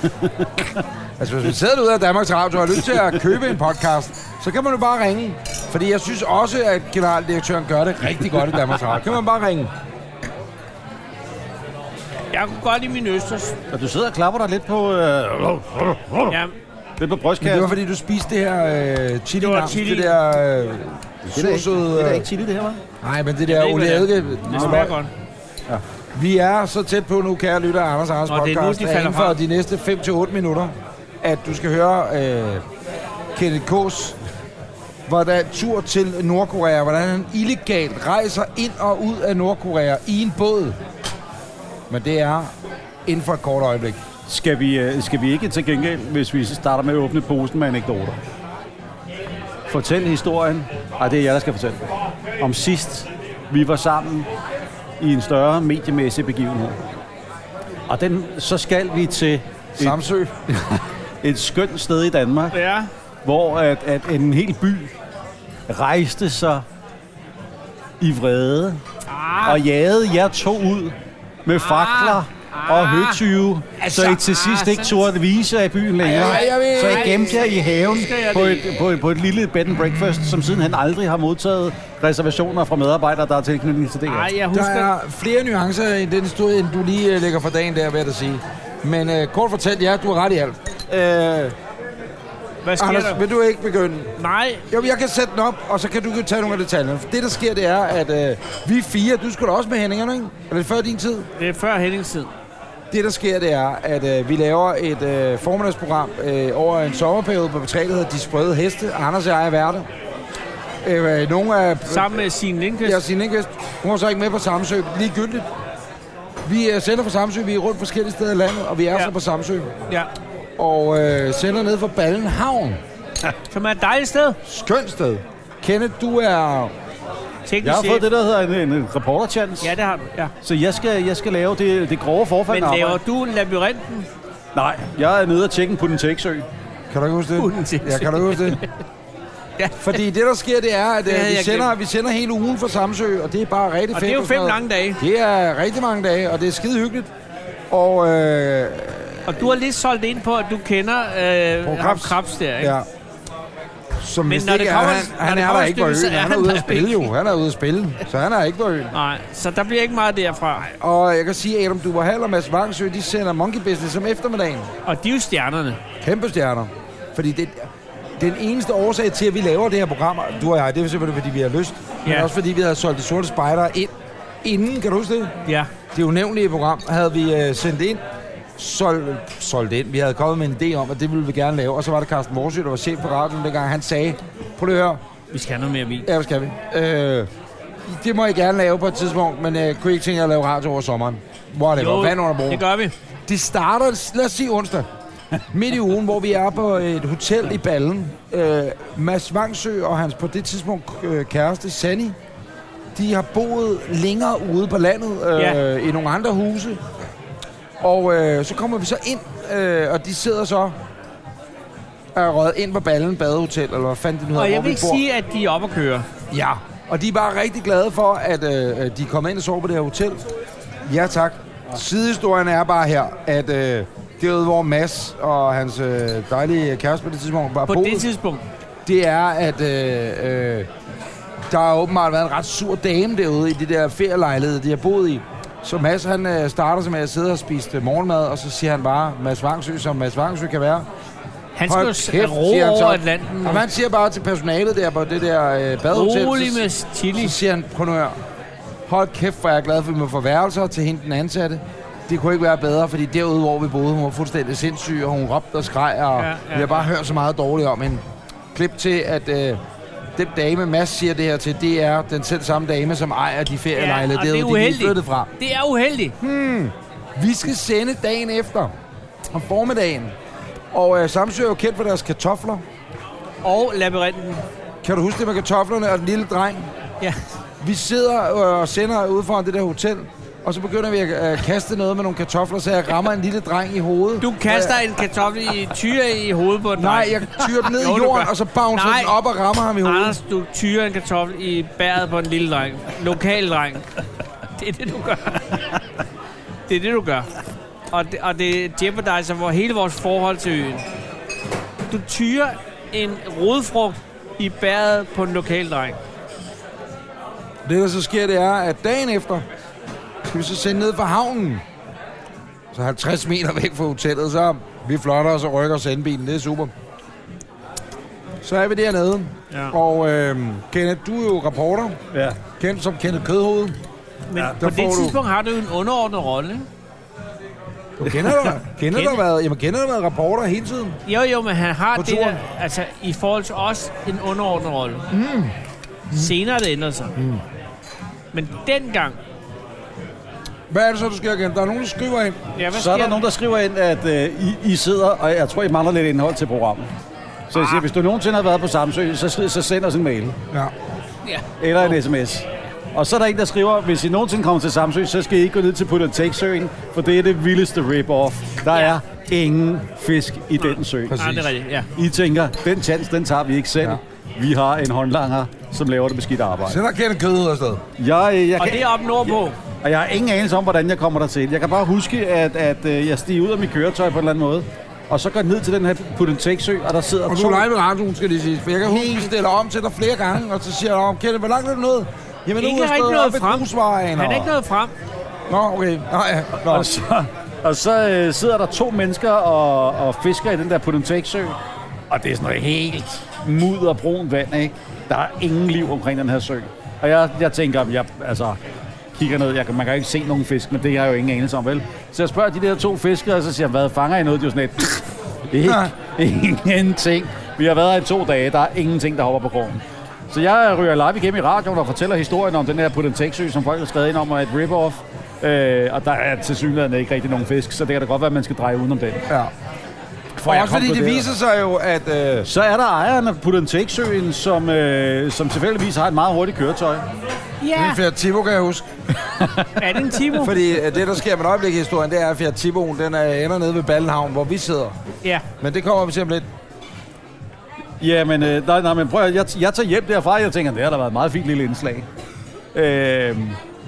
B: hilse.
A: Altså, hvis man sidder ude af Danmarks Radio og har lyst til at købe en podcast, så kan man jo bare ringe. Fordi jeg synes også, at generaldirektøren gør det rigtig godt i Danmarks Radio. Kan man bare ringe?
B: Jeg kunne godt i min østers.
C: Og du sidder og klapper dig lidt på, øh,
B: Ja,
C: lidt på
A: Men det var,
C: brystkassen.
A: fordi du spiste det her øh, chili
B: Det var
A: nams,
B: chili.
A: det der øh, sursøde... Øh,
C: chili, det her, var.
A: nej, men det der
B: ved ikke, hvad det
A: olieadke...
B: er. det smager godt.
A: Vi er så tæt på nu, kære lytter af Anders Anders
B: Nå, det er nu,
A: podcast,
B: de
A: at
B: falder
A: inden for
B: fra.
A: de næste 5-8 minutter, at du skal høre øh, Kenneth K's hvordan, tur til Nordkorea, hvordan han illegalt rejser ind og ud af Nordkorea i en båd. Men det er inden for et kort øjeblik.
C: Skal vi, øh, skal vi ikke til gengæld, hvis vi starter med at åbne posen med anekdoter? Fortæl historien. Ej, det er jeg, der skal fortælle. Om sidst, vi var sammen i en større mediemæssig begivenhed. Og den, så skal vi til et,
A: Samsø.
C: et skønt sted i Danmark,
B: Ja,
C: hvor at, at en hel by rejste sig i vrede og jagede jer to ud med fakler og høtyve, så I til sidst ikke turde vise jer i byen længere.
A: Ej, jeg vil-
C: Så I gemte jer i haven
B: skal jeg
C: på
B: lige.
C: et, på, et, på et lille bed and breakfast, som sidenhen aldrig har modtaget reservationer fra medarbejdere, der er tilknytning til det
B: nej, jeg
A: Der
B: husker.
A: er flere nuancer i den historie, end du lige øh, lægger for dagen der, vil jeg da sige. Men øh, kort fortalt, ja, du har ret i alt. Øh,
B: Hvad sker
A: Anders,
B: der?
A: vil du ikke begynde?
B: Nej,
A: Jo, jeg kan sætte den op, og så kan du tage nogle af detaljerne. For det, der sker, det er, at øh, vi fire, du skulle da også med Henningerne, ikke? Eller det før din tid?
B: det er før Henningstid.
A: Det, der sker, det er, at øh, vi laver et øh, formiddagsprogram øh, over en sommerperiode på P3, der hedder De Sprøde Heste. Anders og jeg er værter. Øh, nogle af...
B: Sammen med Signe Lindqvist.
A: Jeg siger ikke, hun var så ikke med på Samsø. Ligegyldigt. Vi øh, sender fra Samsø, vi er rundt forskellige steder i landet, og vi er
B: Ja.
A: ja. så på Samsø.
B: Ja.
A: Og øh, sender ned fra Ballen Havn.
B: Som er et dejligt sted.
A: Skønt sted. Kenneth, du er...
B: Teknisk
C: Jeg har
B: set.
C: fået det, der hedder en, en reporterchance.
B: Ja, det har du. Ja.
C: Så jeg skal, jeg skal lave det, det grove forfald.
B: Men laver du labyrinten?
C: Nej, jeg er nede og tjekke på den Texø.
A: Kan du ikke huske
B: Uden
A: det?
B: til-
A: Ja, kan du ikke huske det?
B: Ja.
A: Fordi det, der sker, det er, at
B: Det
A: øh,
B: havde
A: vi,
B: jeg
A: sender, vi sender hele ugen fra Samsø, og det er bare rigtig fedt.
B: Og det er jo
A: sådan
B: fem
A: noget.
B: lange dage.
A: Det er rigtig mange dage, og det er skide hyggeligt. Og øh,
B: Og du har lidt solgt ind på, at du kender øh,
A: Poul
B: ham
A: Krebs.
B: Krebs der, ikke?
A: ja. Som
B: Men
A: hvis
B: når
A: ikke
B: det
A: er,
B: kommer-
A: han,
B: når
A: han
B: det
A: er
B: kommer
A: der ikke på
B: stykket, så
A: øen.
B: er
A: Han er
B: han
A: ude
B: der
A: at spille
B: ikke.
A: jo. Han er ude at spille, så han er ikke på øen.
B: Nej, så der bliver ikke meget derfra.
A: Og jeg kan sige, at Adam Duber Hall og Mads Vangsø, de sender Monkey Business om eftermiddagen.
B: Og de er jo stjernerne.
A: Kæmpe stjerner. Fordi det, den eneste årsag til, at vi laver det her program, du og jeg, det er simpelthen, fordi vi har lyst. Ja. Men
B: Ja.
A: også fordi, vi havde solgt de sorte spejdere ind. Inden, kan du huske det?
B: Ja.
A: Det unævnlige program havde vi øh, sendt ind. Solgt, solgt ind. Vi havde kommet med en idé om, at det ville vi gerne lave. Og så var det Carsten Morsø, der var chef på radioen dengang. Han sagde, prøv lige at høre.
B: Vi skal have noget mere vin.
A: Ja, hvad skal vi? Øh, det må jeg gerne lave på et tidspunkt, men øh, kunne I ikke tænke jer at lave radio over sommeren? Whatever. Jo, Vand under broen.
B: det gør vi.
A: Det starter, lad os sige onsdag, midt i ugen, hvor vi er på et hotel i Ballen. Øh, Mads Vangsø og hans på det tidspunkt øh, kæreste, Sanni, de har boet længere ude på landet øh,
B: Ja.
A: ja. i nogle andre huse. Og øh, så kommer vi så ind, øh, og de sidder så er røget ind på Ballen Badehotel, eller hvad fanden det nu hedder,
B: Og jeg
A: hvor
B: vil
A: vi
B: ikke
A: bor.
B: sige, at de er oppe at køre.
A: Ja, og de er bare rigtig glade for, at øh, øh, de kommer ind og sover på det her hotel. Ja, tak. Sidehistorien er bare her, at øh, derude, hvor Mads og hans øh, dejlige kæreste på det tidspunkt var
B: På
A: boet,
B: det tidspunkt.
A: det er, at øh, øh, der har åbenbart været en ret sur dame derude i de der ferielejligheder, de har boet i. Så Mads, han øh, starter så med at sidde og spise øh, morgenmad, og så siger han bare, Mads Vangsø, som Mads Vangsø kan være,
B: Han skal jo
A: Hold
B: s-
A: kæft,
B: ro
A: siger han så.
B: over Atlanten.
A: Og man siger bare til personalet der på det der øh, badehotel.
B: Rolig
A: så-
B: med chili.
A: Så siger han, prøv nu her. Hold kæft, hvor jeg er glad for, at vi må få værelser til hende den ansatte. Det kunne ikke være bedre, fordi derude, hvor vi boede, hun var fuldstændig sindssyg, og hun råbte og skreg, og
B: Ja,
A: ja,
B: ja,
A: ja, vi har bare
B: ja.
A: hørt så meget dårligt om hende. Klip til, at øh, den dame, Mads siger det her til, det er den selv samme dame, som ejer de ferielejligheder,
B: og det
A: derude,
B: er
A: de lige
B: uheldigt.
A: flyttet fra.
B: Det er uheldigt.
A: Vi skal sende dagen efter, om formiddagen. Og øh, Samsø er jo kendt for deres kartofler. Hmm.
B: Og labyrinten.
A: Kan du huske det med kartoflerne og den lille dreng?
B: Ja.
A: Vi sidder øh, og sender ud foran det der hotel, og så begynder vi at øh, kaste noget med nogle kartofler, så jeg rammer en lille dreng i hovedet. Øh,
B: Du kaster en kartoffel i tyre i hovedet på en
A: Nej,
B: dreng.
A: jeg tyrer den ned
B: Jo,
A: i
B: du
A: jorden,
B: gør.
A: og så bouncer
B: Nej.
A: den op og rammer ham i hovedet.
B: Anders, du tyrer en kartoffel i bæret på en lille dreng. Lokal dreng. Det er det, du gør. Det er det, du gør. Og det, og det jeopardiser vor, hele vores forhold til øen. Du tyrer en rodfrugt i bæret på en lokal dreng.
A: Det, der så sker, det er, at dagen efter skal vi så sende ned fra havnen. Så 50 meter væk fra hotellet, så vi flotter os og rykker sandbilen. Det er super. Så er vi dernede,
B: Ja.
A: og øh, Kenneth, du er jo reporter,
C: Ja.
A: kendt som Kenneth Kødhoved.
B: Men ja,
A: der
B: på
A: får
B: det
A: du-
B: tidspunkt har du jo en underordnet rolle. ikke?
A: Du kender dig, kender
B: Kenneth.
A: dig været, jamen, kender dig været reporter hele tiden.
B: Jo, jo, men han har
A: På
B: det der,
A: turen.
B: altså i forhold til os, en underordnet rolle. Mm. Senere er det ændret sig. Mm. Men dengang,
A: Hvad er det så, du skal igen? Der er nogen, der skriver ind.
B: ja, hvad
C: Så er
B: sker
C: der nogen, der skriver ind, at øh, I, I sidder, og jeg tror, I mangler lidt indhold til programmet. Så
B: Ah.
C: jeg siger, hvis du nogensinde har været på Samsø, så, så send os en mail
A: Ja.
B: Ja.
C: eller en sms. Og så er der en, der skriver, hvis I nogensinde kommer til Samsø, så skal I ikke gå ned til Put and Take søen, for det er det vildeste rip-off. Der er ingen fisk i den sø.
B: Nej, Ah, det er rigtigt, ja.
C: I tænker, den chance, den tager vi ikke selv.
A: Ja.
C: Vi har en håndlanger, som laver det beskidte arbejde.
A: Så der kender kød afsted.
C: Jeg, øh, jeg
B: Og
C: kan
B: det er op nordpå.
C: Og jeg har ingen anelse om, hvordan jeg kommer der til. Jeg kan bare huske, at, at øh, jeg stiger ud af mit køretøj på en eller anden måde. Og så går jeg ned til den her Putentexø, og der sidder
A: Og du
C: to...
A: er live med radioen, skal det sige. For jeg kan huske, at vi stiller om til dig flere gange, og så siger jeg om, Kenneth, hvor langt er du nået? Jamen,
B: Ikke
A: nu er jeg
B: rigtig
A: stået
B: noget
A: op i
B: frem.
A: grusvejen.
B: Han er
A: og-
B: ikke nået frem.
A: Nå, okay. Nå, ja. Nå.
C: Og så, og så øh, sidder der to mennesker og, og fisker i den der Putentexø. Og det er sådan noget helt mudder brun vand, ikke? Der er ingen liv omkring den her sø. Og jeg, jeg tænker, jeg, altså, kigger ned, jeg, kan- man kan jo ikke se nogen fisk, men det har jeg jo ingen anelse om, vel? Så jeg spørger de der to fiskere, og så siger jeg, hvad fanger I noget? De er jo sådan et, ikke, ingenting. Vi har været her i to dage, der er ingenting, der hopper på krogen. Så jeg ryger live igennem i radioen og fortæller historien om den her Putenteksø, som folk har skrevet ind om, og er et rip-off. Øh, og der er til synligheden ikke rigtig nogen fisk, så det kan da godt være, at man skal dreje udenom den.
A: Ja.
C: For
A: Og også fordi det viser sig jo, at... Øh,
C: Så er der ejeren af Putenteksøen, som, øh, som tilfældigvis har et meget hurtigt køretøj.
A: min Fiat Tipo, kan jeg huske.
B: Er det en Timo?
A: Fordi øh, det, der sker med et øjeblik i historien, det er, at Fiat Tiboen, den er, ender nede ved Ballenhavn, hvor vi sidder.
B: Ja.
A: Men det kommer vi til om lidt.
C: Jamen, øh, nej, nej, men prøv at, jeg, jeg tager hjem derfra, og jeg tænker, det har da været et meget fint lille indslag. Øh,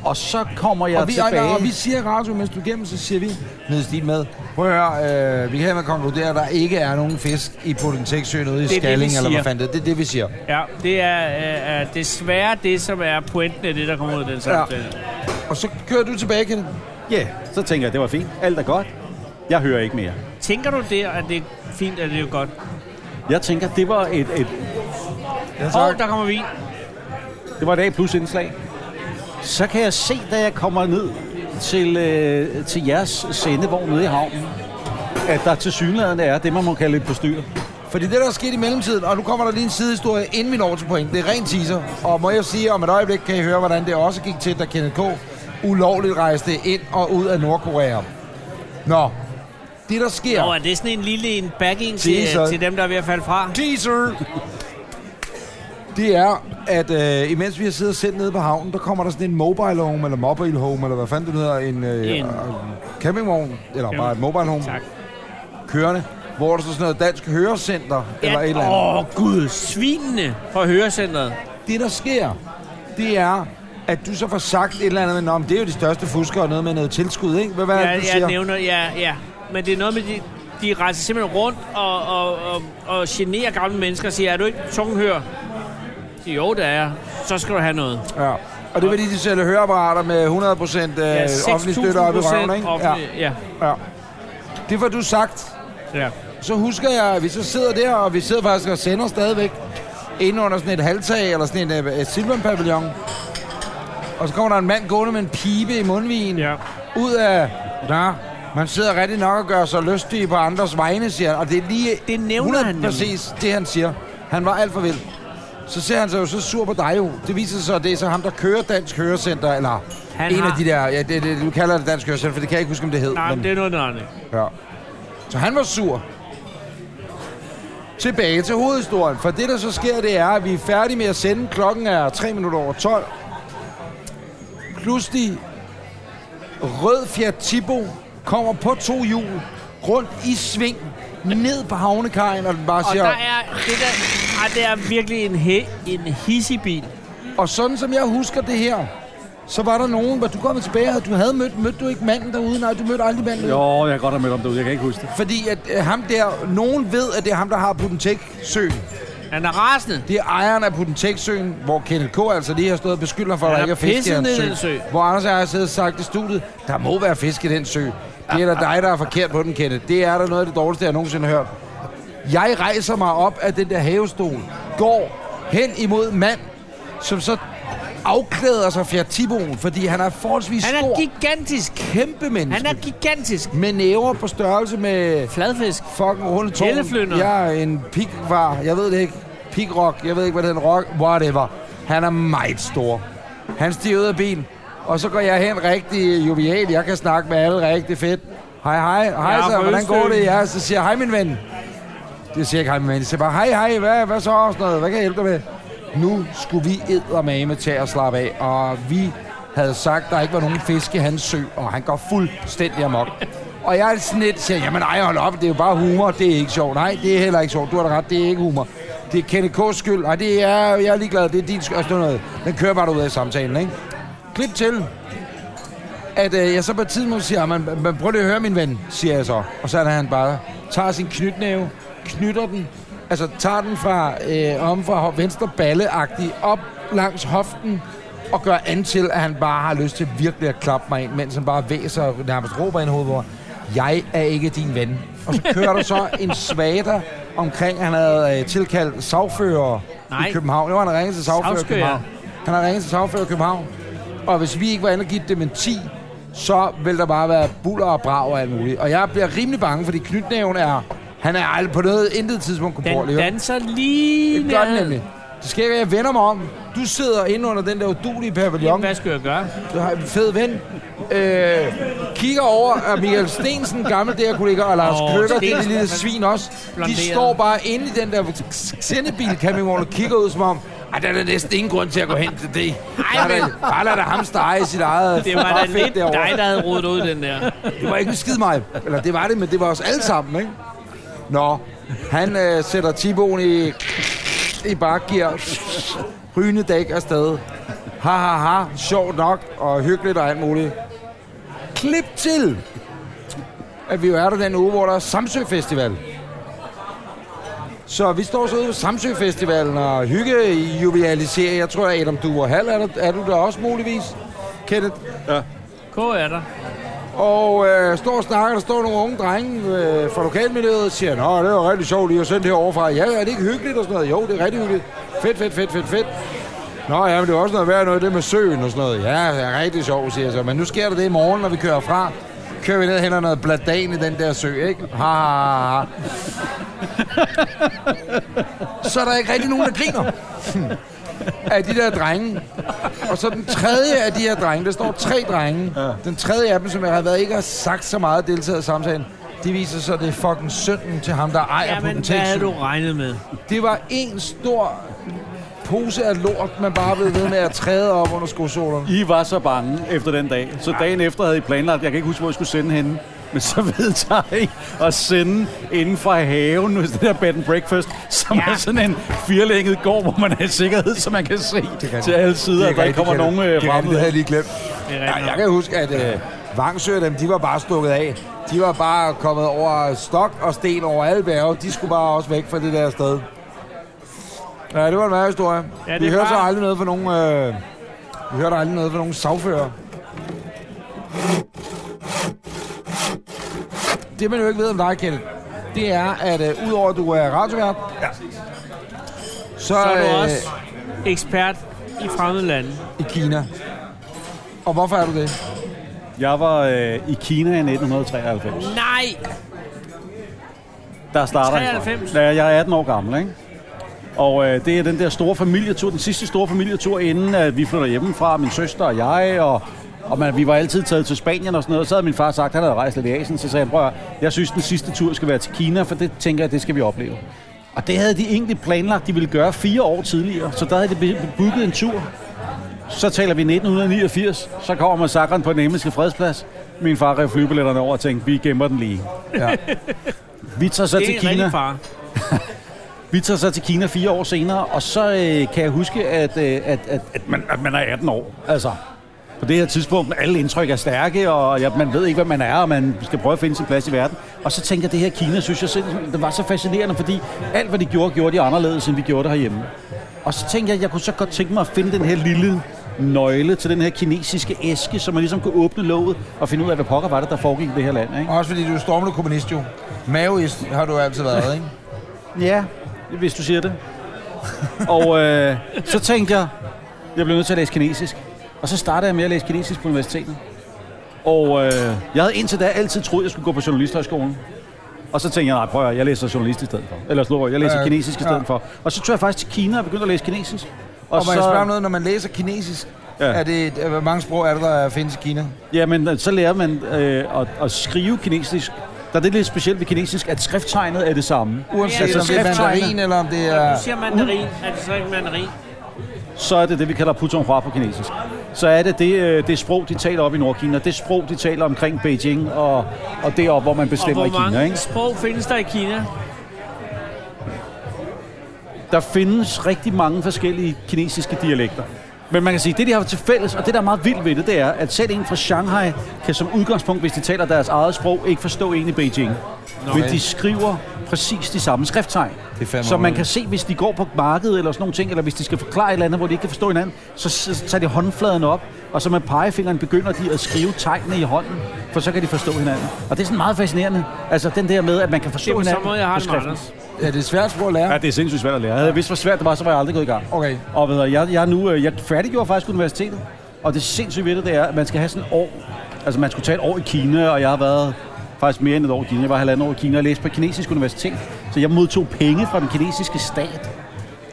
C: og så kommer jeg
A: og, vi,
C: tilbage.
A: og, og vi siger i radio, mens du er igennem, så siger vi, ned i stil med, prøv at høre, øh, vi kan hermed konkludere, at der ikke er nogen fisk i Potenteksø nede i
B: Det er det, vi
A: Skalling, eller
B: siger.
A: hvad fanden det er. Det er det, vi siger.
B: Ja, det er, øh, er desværre det, som er pointen af det, der kommer ud af den samtale.
A: Og så kører du tilbage, Kenneth.
C: Ja, yeah, så tænker jeg, det var fint. Alt er godt. Jeg hører ikke mere.
B: Tænker du der, at det er fint, at det er godt?
C: Jeg tænker, det var et, et,
A: Ja,
B: Åh,
A: tak.
B: oh, der kommer vin.
C: det var et A plus indslag. Så kan jeg se, da jeg kommer ned til, øh, til jeres sendevogn nede i havnen, at der til synligheden er det, man må kalde et postyr.
A: Fordi det, der er sket i mellemtiden, og nu kommer der lige en sidehistorie, inden vi når til point. Det er rent teaser. Og må jeg sige, om et øjeblik kan I høre, hvordan det også gik til, da Kenneth K. ulovligt rejste ind og ud af Nordkorea. Nå, det der sker...
B: Nå, er det sådan en lille en backing til,
A: Teaser.
B: til dem, der er ved at falde fra?
A: teaser, det er, at øh, imens vi har siddet og sendt nede på havnen, der kommer der sådan en mobile home, eller mobile home, eller hvad fanden det nu hedder, en, øh,
B: En-
A: en. campingvogn, eller bare et mobile home,
B: Tak.
A: kørende, hvor der står sådan noget dansk hørecenter, ja. eller et eller andet.
B: Åh, oh, gud, svinene fra Hørecenteret.
A: det, der sker, det er, at du så får sagt et eller andet, men om det er jo de største fuskere, noget med noget tilskud, ikke? Hvad, hvad er
B: Jeg,
A: det, du
B: jeg
A: siger?
B: nævner, ja, ja. Men det er noget med, de, de rejser simpelthen rundt og, og, og, og generer gamle mennesker og siger, er du ikke tunghør? De siger, jo, det er jeg. Så skal du have noget.
A: Ja. Og det vil de, de sælger høreapparater med 100% øh,
B: Ja,
A: offentlig støtte op i røven, ikke? Ja.
B: offentlig, ja.
A: ja. Det får du sagt.
B: ja.
A: så husker jeg, at vi så sidder der, og vi sidder faktisk og sender stadigvæk inde under sådan et halvtag, eller sådan en uh, silvanpavillon. Og så kommer der en mand gående med en pibe i mundvigen.
B: Ja.
A: Ud af... Nå, man sidder rigtig nok og gør sig lystig på andres vegne, siger han. Og det er lige
B: Det nævner
A: 100
B: han nemlig.
A: præcis det, han siger. Han var alt for vild. Så ser han sig jo så sur på dig jo. Det viser sig, at det er så ham, der kører Dansk Hørecenter, eller
B: Han
A: en
B: har-
A: af de der... Ja, det, det, du kalder det Dansk Hørecenter, for det kan jeg ikke huske, om det hed.
B: Nej, men det er noget andet.
A: Ja. Så han var sur. Tilbage til hovedhistorien. For det, der så sker, det er, at vi er færdige med at sende. Klokken er 3 minutter over 12. Pludselig rød Fiat Tipo kommer på to hjul rundt i sving ned på havnekajen, og den bare
B: Og
A: siger...
B: der er, det der, ah, det er virkelig en, he, en hissig bil.
A: Og sådan som jeg husker det her, så var der nogen, hvor du kom tilbage, og du havde mødt, mødte du ikke manden derude? Nej, du mødte aldrig manden derude.
C: Jo, jeg kan godt have mødt om derude. Jeg kan ikke huske det.
A: Fordi at øh, ham der, nogen ved, at det er ham, der har Putentek-søen.
B: Han er rasende.
A: Det er ejeren af Putenteksøen, hvor Kenneth K. altså lige har stået og beskyldt ham for, at
B: Han
A: der
B: har
A: ikke er fisk i
B: pisset
A: hans
B: ned i
A: sø.
B: den sø.
A: Hvor Anders og jeg har siddet og sagt i studiet, der må være fisk i den sø. Det er da dig, der er forkert på den, Kenneth. Det er da noget af det dårligste, jeg nogensinde har hørt. Jeg rejser mig op af den der havestol, går hen imod mand, som så afklæder sig Fiat Tiboen, fordi han er forholdsvis
B: Han
A: stor,
B: er gigantisk.
A: kæmpe menneske,
B: Han er gigantisk.
A: med næver på størrelse med
B: Fladfisk.
A: fucking runde tårn.
B: Helleflynder.
A: Jeg er en pikvar. Jeg ved det ikke. Pikrock. Jeg ved ikke, hvad det hedder. Rock. Whatever. Han er meget stor. Han stiger ud af bilen. Og så går jeg hen rigtig jovial. Jeg kan snakke med alle rigtig fedt. Hej, hej. Hej
B: Ja,
A: så.
B: på
A: Hvordan går det?
B: Østøen.
A: Ja, så siger jeg, hej min ven. Det siger jeg ikke hej min ven. Jeg siger bare, hej, hej. Hvad, hvad så? Og sådan noget. Hvad kan jeg hjælpe dig med? Nu skulle vi eddermame til at slappe af. Og vi havde sagt, der ikke var nogen fisk i hans sø. Og han går fuldstændig amok. Og jeg er sådan lidt, siger, jamen nej, hold op, det er jo bare humor, det er ikke sjovt. Nej, det er heller ikke sjovt, du har da ret, det er ikke humor. Det er Kenneth K's skyld, nej, det er, jeg er ligeglad, det er din skyld, og sådan noget. Den kører bare ud af samtalen, ikke? Klip til, at øh, jeg så på et tidspunkt siger, man, man prøv lige at høre min ven, siger jeg så. Og så er det, han bare tager sin knytnæve, knytter den, altså tager den fra øh, om fra ho- venstre balleagtig op langs hoften, og gør an til, at han bare har lyst til virkelig at klappe mig ind, mens han bare væser og nærmest råber ind i hovedet, hvor jeg er ikke din ven. Og så kører der så en svater omkring, at han havde øh, tilkaldt sagfører
B: Nej.
A: i København. Jo, han havde ringet til sagfører i
B: Sagskøer.
A: København. Han havde ringet til sagfører i København. Og hvis vi ikke var inde og give dem en 10, så ville der bare være buller og brag og alt muligt. Og jeg bliver rimelig bange, fordi knytnæven er... Han er aldrig på noget intet tidspunkt
B: Den
A: komporlig.
B: danser lige
A: Det gør den
B: ned.
A: nemlig. Det sker ikke, at jeg vender mig om. Du sidder inde under den der udulige pavillon.
B: Hvad skal jeg gøre?
A: Du har en fed ven. Øh, kigger over, at Michael Stensen, gammel der kollega, og Lars
B: Åh,
A: oh, Kløkker, det er
B: Stensen,
A: lille
B: han er
A: svin også.
B: blonderet.
A: De står bare inde i den der sendebil, campingvogn, og kigger ud som om, ej, der er der næsten ingen grund til at gå hen til det. Ej, men... Bare lad der ham stege sit eget
B: Det var da
A: farfelt
B: lidt
A: derovre.
B: dig, der havde rodet ud den der.
A: Det var ikke en skid mig. Eller det var det, men det var os alle sammen, ikke? Nå, han øh, sætter Tiboen i, i bakgear. Rygende dæk afsted. Ha, ha, ha. Sjovt nok og hyggeligt og alt muligt. Klip til, at vi jo er der den uge, hvor der er Samsø Festival. Så vi står så ude ved Samsø Festivalen og hygge jubiliserer. Jeg tror, at Adam Duer Hall er, der, er du der også muligvis, Kenneth?
B: K er der.
A: Og øh, står og snakker, der står nogle unge drenge øh, fra lokalmiljøet og siger, Nå, det var rigtig sjovt lige at sende det overfra. Ja, er det ikke hyggeligt og sådan noget? Jo, det er rigtig hyggeligt. Fedt, fedt, fedt, fedt, fedt. Nå, ja, men det er også noget værd noget, det med søen og sådan noget. Ja, det er rigtig sjovt, siger jeg så. Men nu sker der det i morgen, når vi kører fra. Kører vi ned og henter noget bladan i den der sø, ikke? Ha, ha, ha, ha. Så er der ikke rigtig nogen, der griner af de der drenge. Og så den tredje af de her drenge, der står tre drenge. Ja. Den tredje af dem, som jeg har været ikke har sagt så meget deltaget i samtalen, det viser sig, at det er fucking sønnen til ham, der ejer ja,
B: Jamen,
A: på
B: hvad havde
A: den
B: du regnet med?
A: Det var en stor pose af lort, man bare blev ved med at træde op under skosålerne.
C: I var så bange efter den dag. Så dagen efter havde I planlagt, jeg kan ikke huske, hvor I skulle sende hende. Men så vedtager I at sende inden for haven, hvis det der bed and breakfast, som ja. er sådan en firlænget gård, hvor man er i sikkerhed, så man kan se
A: rigtigt.
C: til alle sider, at der ikke kommer nogen øh, fremmede.
A: jeg lige glemt.
B: Det er
A: Ja,
B: rigtigt.
A: jeg kan huske, at øh, Vangsø og dem, de var bare stukket af. De var bare kommet over stok og sten over alle bjerge. De skulle bare også væk fra det der sted. Ja, det var en værre historie. Ja,
B: Ja, det
A: vi
B: er
A: hørte så
B: bare-
A: aldrig noget fra nogen... Øh, vi hørte aldrig noget fra nogen sagfører. Det, man jo ikke ved om dig, Kjeld, det er, at øh, udover at du er radiovært, ja. så,
B: Så er du
A: øh,
B: også ekspert i fremmede lande.
A: i Kina. Og hvorfor er du det?
C: Jeg var øh, i Kina i 1993.
B: Nej!
C: Der starter jeg.
B: 93?
C: Ja, jeg er 18 år gammel, ikke? Og øh, det er den der store familietur, den sidste store familietur, inden øh, vi flytter hjemmefra, min søster og jeg, og, og man, vi var altid taget til Spanien og sådan noget. Så havde min far sagt, at han havde rejst lidt i Asien, så sagde han, prøv at, høre, jeg synes, den sidste tur skal være til Kina, for det tænker jeg, det skal vi opleve. Og det havde de egentlig planlagt, de ville gøre fire år tidligere, så der havde de be- booket en tur. Så taler vi 1989, så kommer massakren på den himmelske fredsplads. Min far rev flybilletterne over og tænkte, vi gemmer den lige.
A: Ja.
C: Vi tager så
B: Det
C: til
B: er en
C: Kina.
B: rigtig far.
C: Vi tager så til Kina fire år senere, og så øh, kan jeg huske, at, øh, at, at, at, man, at man er 18 år. Altså, på det her tidspunkt, alle indtryk er stærke, og ja, man ved ikke, hvad man er, og man skal prøve at finde sin plads i verden. Og så tænker jeg, det her Kina, synes jeg selv, det var så fascinerende, fordi alt, hvad de gjorde, gjorde de anderledes, end vi gjorde det herhjemme. Og så tænkte jeg, jeg kunne så godt tænke mig at finde den her lille nøgle til den her kinesiske æske, så man ligesom kunne åbne låget og finde ud af, hvad pokker var det, der foregik i det her land. Ikke?
A: Også fordi du er stormende kommunist jo. Maoist har du altid været, ikke?
C: Ja, hvis du siger det. og øh, så tænkte jeg, jeg blev nødt til at læse kinesisk. Og så startede jeg med at læse kinesisk på universitetet. Og øh, jeg havde indtil da altid troet, jeg skulle gå på journalisthøjskolen. Og så tænkte jeg, nej, prøv at høre, jeg læser journalist i stedet for. Eller slår jeg læser
A: Øh,
C: øh, kinesisk i
A: ja.
C: stedet for. Og så tog jeg faktisk til Kina og begyndte at læse kinesisk.
A: Og, og man så... spørger om noget, når man læser kinesisk. Ja.
C: Ja.
A: Er det, øh, hvor mange sprog er der, der findes i Kina?
C: Jamen, øh, så lærer man øh, at, at skrive kinesisk. Der er det lidt specielt ved kinesisk, at skrifttegnet er det samme.
A: Uanset
B: altså
A: om det er
C: skrifttegnet.
A: mandarin, eller om det
B: Når
A: er...
B: du siger mandarin, er det så ikke mandarin?
C: så er det det, vi kalder Putonghua på kinesisk. Så er det det, øh, det sprog, de taler op i Nordkina, det sprog, de taler omkring Beijing og, og deroppe, hvor man
B: Og
C: bestemmer
B: hvor
C: i Kina.
B: mange
C: Ikke?
B: sprog findes der i Kina?
C: Der findes rigtig mange forskellige kinesiske dialekter. Men man kan sige, det de har til fælles, og det der er meget vildt ved det, det er, at selv en fra Shanghai kan som udgangspunkt, hvis de taler deres eget sprog, ikke forstå en i Beijing. Men
A: okay.
C: de skriver præcis de samme skrifttegn.
A: Det er fandme
C: Så man
A: underligt.
C: kan se, hvis de går på markedet eller sådan nogle ting, eller hvis de skal forklare et eller andet, hvor de ikke kan forstå hinanden, så, så tager de håndfladen op, og så med pegefingeren begynder de at skrive tegnene i hånden, for så kan de forstå hinanden. Og det er sådan meget fascinerende. Altså den der med, at man
B: Det
C: kan forstå
B: er på
C: hinanden
B: samme måde, jeg har
C: på
B: det med
C: skriften.
B: Anders.
E: Ja, det er et svært sprog at lære.
C: Ja, det er sindssygt svært at lære. Havde jeg vidst, hvor svært det var, så var jeg aldrig gået i gang.
E: Okay.
C: Og ved du, jeg, jeg, er nu, øh, jeg færdiggjorde faktisk universitetet, og det sindssygt ved det, det er, at man skal have sådan et år. Altså, man skulle tage et år i Kina, og jeg har været faktisk mere end et år i Kina. Jeg var halvandet år i Kina og læste på et kinesisk universitet. Så jeg modtog penge fra den kinesiske stat,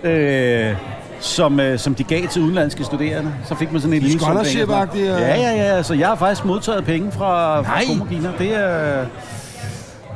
C: øh, som, øh, som de gav til udenlandske studerende. Så fik man sådan en lille sum penge og sådan noget.
E: Scholarship-agtige, øh.
C: Ja, ja, ja. Så jeg har faktisk modtaget penge fra, fra
E: Nej.
C: Kumo Kina. Det er... Øh,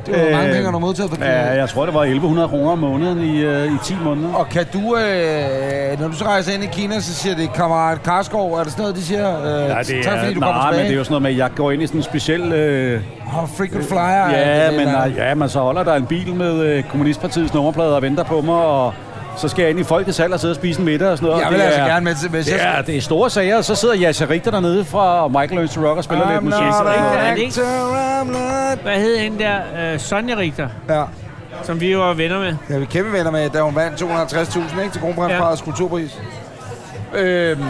A: Det var øh, mange
C: Øh,
A: penge, du har modtaget fra
C: Ja,
A: ja, ja.
C: jeg tror, det var 1100 kroner om måneden i, øh, i 10 måneder.
A: Og kan du, øh, når du så rejser ind i Kina, så siger det, kammerat Karskov, er det sådan noget, de siger? Øh,
C: Nej, det er,
A: tak fordi du
C: nej,
A: kommer
C: men det er
A: tilbage.
C: jo sådan noget med, at jeg går ind i sådan en speciel... Øh,
A: Åh, oh, frequent flyer.
C: ja,
A: eller-
C: men, nej, ja, men så holder der en bil med øh, Kommunistpartiets nummerplade og venter på mig, og så skal jeg ind i folkets hal og sidde og spise en middag og sådan noget.
A: Jeg
C: og
A: vil
C: det
A: altså
C: er-
A: gerne med til, hvis jeg
C: Det er, det er store sager, og så sidder Jasser Richter dernede fra og Michael Ernst Rock og spiller
A: Ah,
C: lidt musik.
B: er det ikke?
E: actor, I'm not...
B: Hvad hed hende der? Øh, Sonja Richter,
E: Ja,
B: som vi jo var venner med.
E: ja vi er kæmpe venner med, da hun vandt 250.000 ikke, til Kronprinsparets ja. kulturpris. Øhm,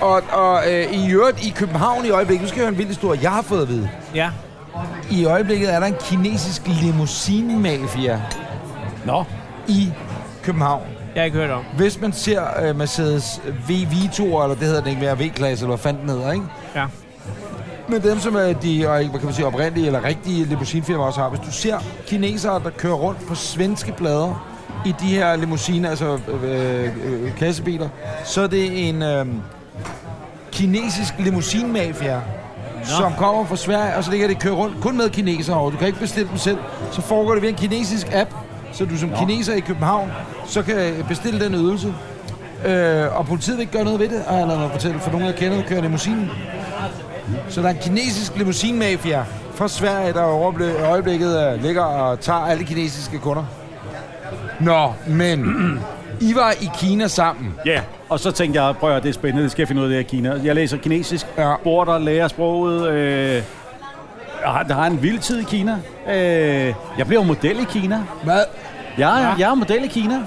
E: og og øh, i øvrigt i København i øjeblikket, nu skal jeg høre en vild historie, jeg har fået at vide.
B: Ja.
A: I øjeblikket er der en kinesisk limousinemafia
C: Nå,
A: i København.
B: Jeg har ikke hørt om.
A: Hvis man ser øh, Mercedes V Vito, eller det hedder den ikke mere, V-klasse, eller hvad fanden den hedder, ikke?
B: Ja.
A: Men dem, som er de og, hvad kan man sige, oprindelige eller rigtige limousinfirmaer også har, hvis du ser kinesere, der kører rundt på svenske plader i de her limousiner, altså øh, øh, øh, kassebiler, så er det en øh, kinesisk limousinmafia, som kommer fra Sverige, og så ligger det køre rundt kun med kinesere over. Du kan ikke bestille dem selv. Så foregår det via en kinesisk app, så du som Nå. kineser i København, så kan bestille den ydelse. Øh, og politiet vil ikke gøre noget ved det, har jeg lavet mig fortælle, for nogen, jeg kender, kører limousinen. Så der er en kinesisk limousinmafia fra Sverige, der i overblik- i øjeblikket øh, ligger og tager alle kinesiske kunder. Nå, men I var i Kina sammen.
C: Ja, yeah. og så tænkte jeg, prøv at høre, det er spændende, det skal jeg finde ud af det her i Kina. Jeg læser kinesisk,
A: Ja.
C: ja. bor der, lærer sproget. Øh, jeg har, jeg har en vild tid i Kina. Øh, jeg blev model i Kina.
A: Hvad?
C: Jeg, ja. jeg er model i Kina,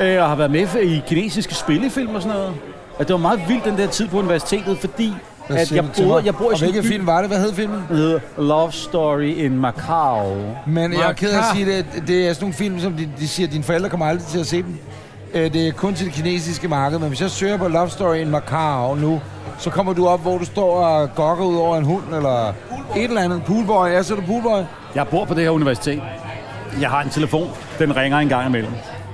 C: øh, og har været med i kinesiske spillefilm og sådan noget. Og det var meget vildt den der tid på universitetet, fordi
A: Hvad
C: at
A: siger
C: jeg
A: du til
C: bor,
A: mig?
C: jeg bor i
A: og
C: sådan en
A: hvilken
C: by,
A: film var det? Hvad hed filmen?
C: der hedder Love Story in Macau.
A: Men jeg er ked af at
B: Makar.
A: sige det. Det er sådan nogle film, som de, de siger, at dine forældre kommer aldrig til at se dem. Øh, Det er kun til det kinesiske marked, men hvis jeg søger på Love Story in Macau nu, så kommer du op, hvor du står og gokker ud over en hund, eller et eller andet. Poolboy, ja, så er du poolboy.
C: Jeg bor på det her universitet. Jeg har en telefon. Den ringer en gang imellem.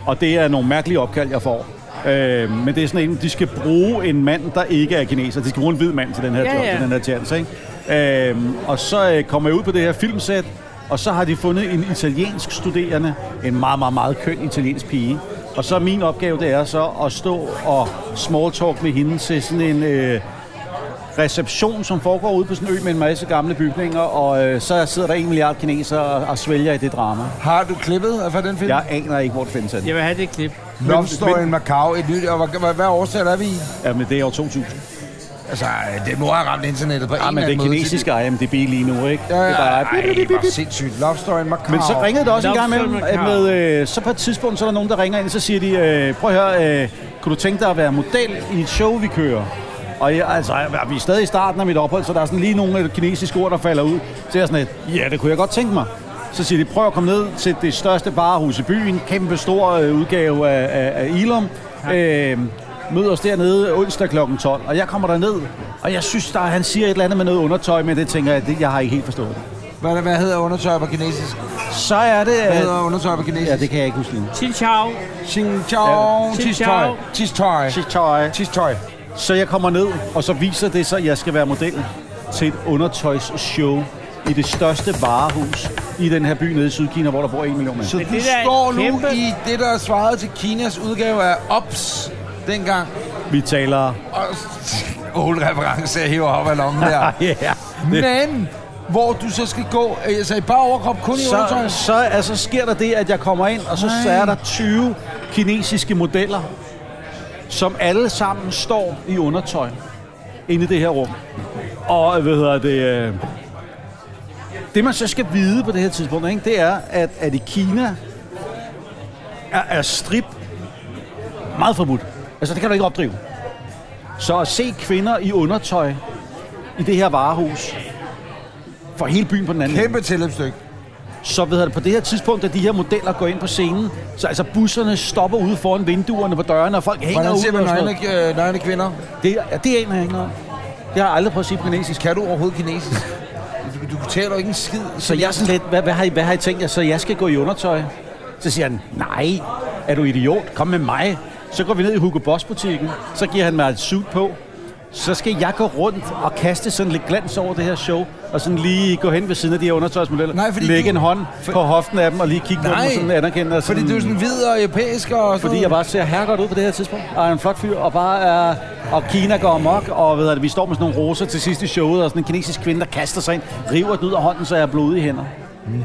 C: Og det er nogle mærkelige opkald, jeg får. Øh, men det er sådan en, de skal bruge en mand, der ikke er kineser. De skal bruge en hvid mand til den her
B: Ja,
C: job,
B: ja.
C: til den her tjans, ikke? Øh, og så øh, kommer jeg ud på det her filmsæt, og så har de fundet en italiensk studerende, en meget, meget, meget køn italiensk pige. Og så er min opgave, det er så at stå og smalltalk med hende til sådan en... Øh, reception, som foregår ude på sådan en ø med en masse gamle bygninger, og øh, så sidder der en milliard kinesere og, og svælger i det drama.
A: Har du klippet fra den film?
C: Jeg aner ikke, hvor det findes henne.
B: Jeg vil have det klip.
A: Love Story in Macau, et nyt, og hvad, hvad, hvad årsag er vi i?
C: Ja, men det er år 2000.
A: Altså, det må have ramt internettet på en
C: Ja, Ah, men
A: eller
C: det
A: anden
C: er
A: måde.
C: kinesiske IMDb lige nu, ikke?
A: Ja, ja,
C: Det er
A: ja.
C: bare...
A: Ej, det var sindssygt. Love Story in Macau.
C: Men så ringede det også en
B: Nå,
C: gang imellem,
B: så er
C: at
B: man
C: med, øh, så på et tidspunkt, så er der nogen, der ringer ind, så siger de, øh, prøv at høre, øh, kunne du tænke dig at være model i et show, vi kører? Og jeg, altså, jeg- vi er stadig i starten af mit ophold, så der er sådan lige nogle af de kinesiske ord, der falder ud. Så jeg er sådan et, ja, det kunne jeg godt tænke mig. Så siger de, prøv at komme ned til det største barhus i byen, kæmpe stor øh, udgave af, af, af Ilum. Øh, mød os dernede onsdag kl. 12, og jeg kommer derned, og jeg synes, der, han siger et eller andet med noget undertøj, men det tænker jeg, det, jeg har ikke helt forstået.
A: Hvad, hvad hedder undertøj på kinesisk?
C: Så er det...
A: Hvad
C: at-
A: hedder undertøj på kinesisk?
C: Ja, det kan jeg ikke huske lige nu.
B: Til ciao.
A: Ching chong,
B: Ja.
A: tis
B: Ching chong.
A: tøj. Tis tøj. Tis tøj.
C: Så jeg kommer ned, og så viser det sig, at jeg skal være model til et undertøjsshow i det største varehus i den her by nede i Sydkina, hvor der bor en million
A: Så
C: mennesker.
A: du
B: Men det der er en
A: står nu
B: kæmpe-
A: i det, der svarede til Kinas udgave af OPS dengang.
C: Vi taler...
A: Og old reference, jeg hiver op af lommen der.
C: Ah, Ja, det.
A: Men hvor du så skal gå, øh, altså i bare overkrop kun i
C: Så,
A: undertøj.
C: så altså, sker der det, at jeg kommer ind, og så, så er der 20 kinesiske modeller, som alle sammen står i undertøj inde i det her rum. Og hvad hedder det... øh, Det man så skal vide på det her tidspunkt, ikke, det er, at, at i Kina, er, er strip meget forbudt. Altså, det kan du ikke opdrive. Så at se kvinder i undertøj i det her varehus, for hele byen på den anden
A: Kæmpe tilløbsstykke.
C: så ved jeg, på det her tidspunkt, da de her modeller går ind på scenen, så altså busserne stopper ude foran vinduerne på dørene, og folk hænger
A: Hvordan
C: ud.
A: ser man
C: og sådan
A: nøgne,
C: noget.
A: øh, nøgne kvinder?
C: Det, er- det aner jeg ikke noget om. Det har jeg aldrig prøvet at sige på kinesisk.
A: Kan du overhovedet kinesisk? Du, du taler jo ikke en skid.
C: Så jeg er sådan lidt, hvad, hvad, har I, hvad har I tænkt jer, så jeg skal gå i undertøj? Så siger han, nej, er du idiot? Kom med mig. Så går vi ned i Hugo Boss butikken, så giver han mig et suit på. Så skal jeg gå rundt og kaste sådan lidt glans over det her show, og sådan lige gå hen ved siden af de her undertøjsmodeller,
A: Nej, fordi
C: lægge
A: du-
C: en hånd
A: for-
C: på hoften af dem, og lige kigge på dem og sådan anerkende. Og
A: Fordi du er sådan hvid og europæisk og sådan
C: Fordi jeg bare ser herregodt ud på det her tidspunkt, og er en flot fyr, og bare er... Og Kina går amok, og ved at vi står med sådan nogle roser til sidst i showet, og sådan en kinesisk kvinde, der kaster sig ind, river den ud af hånden, så jeg er blodig i hænder.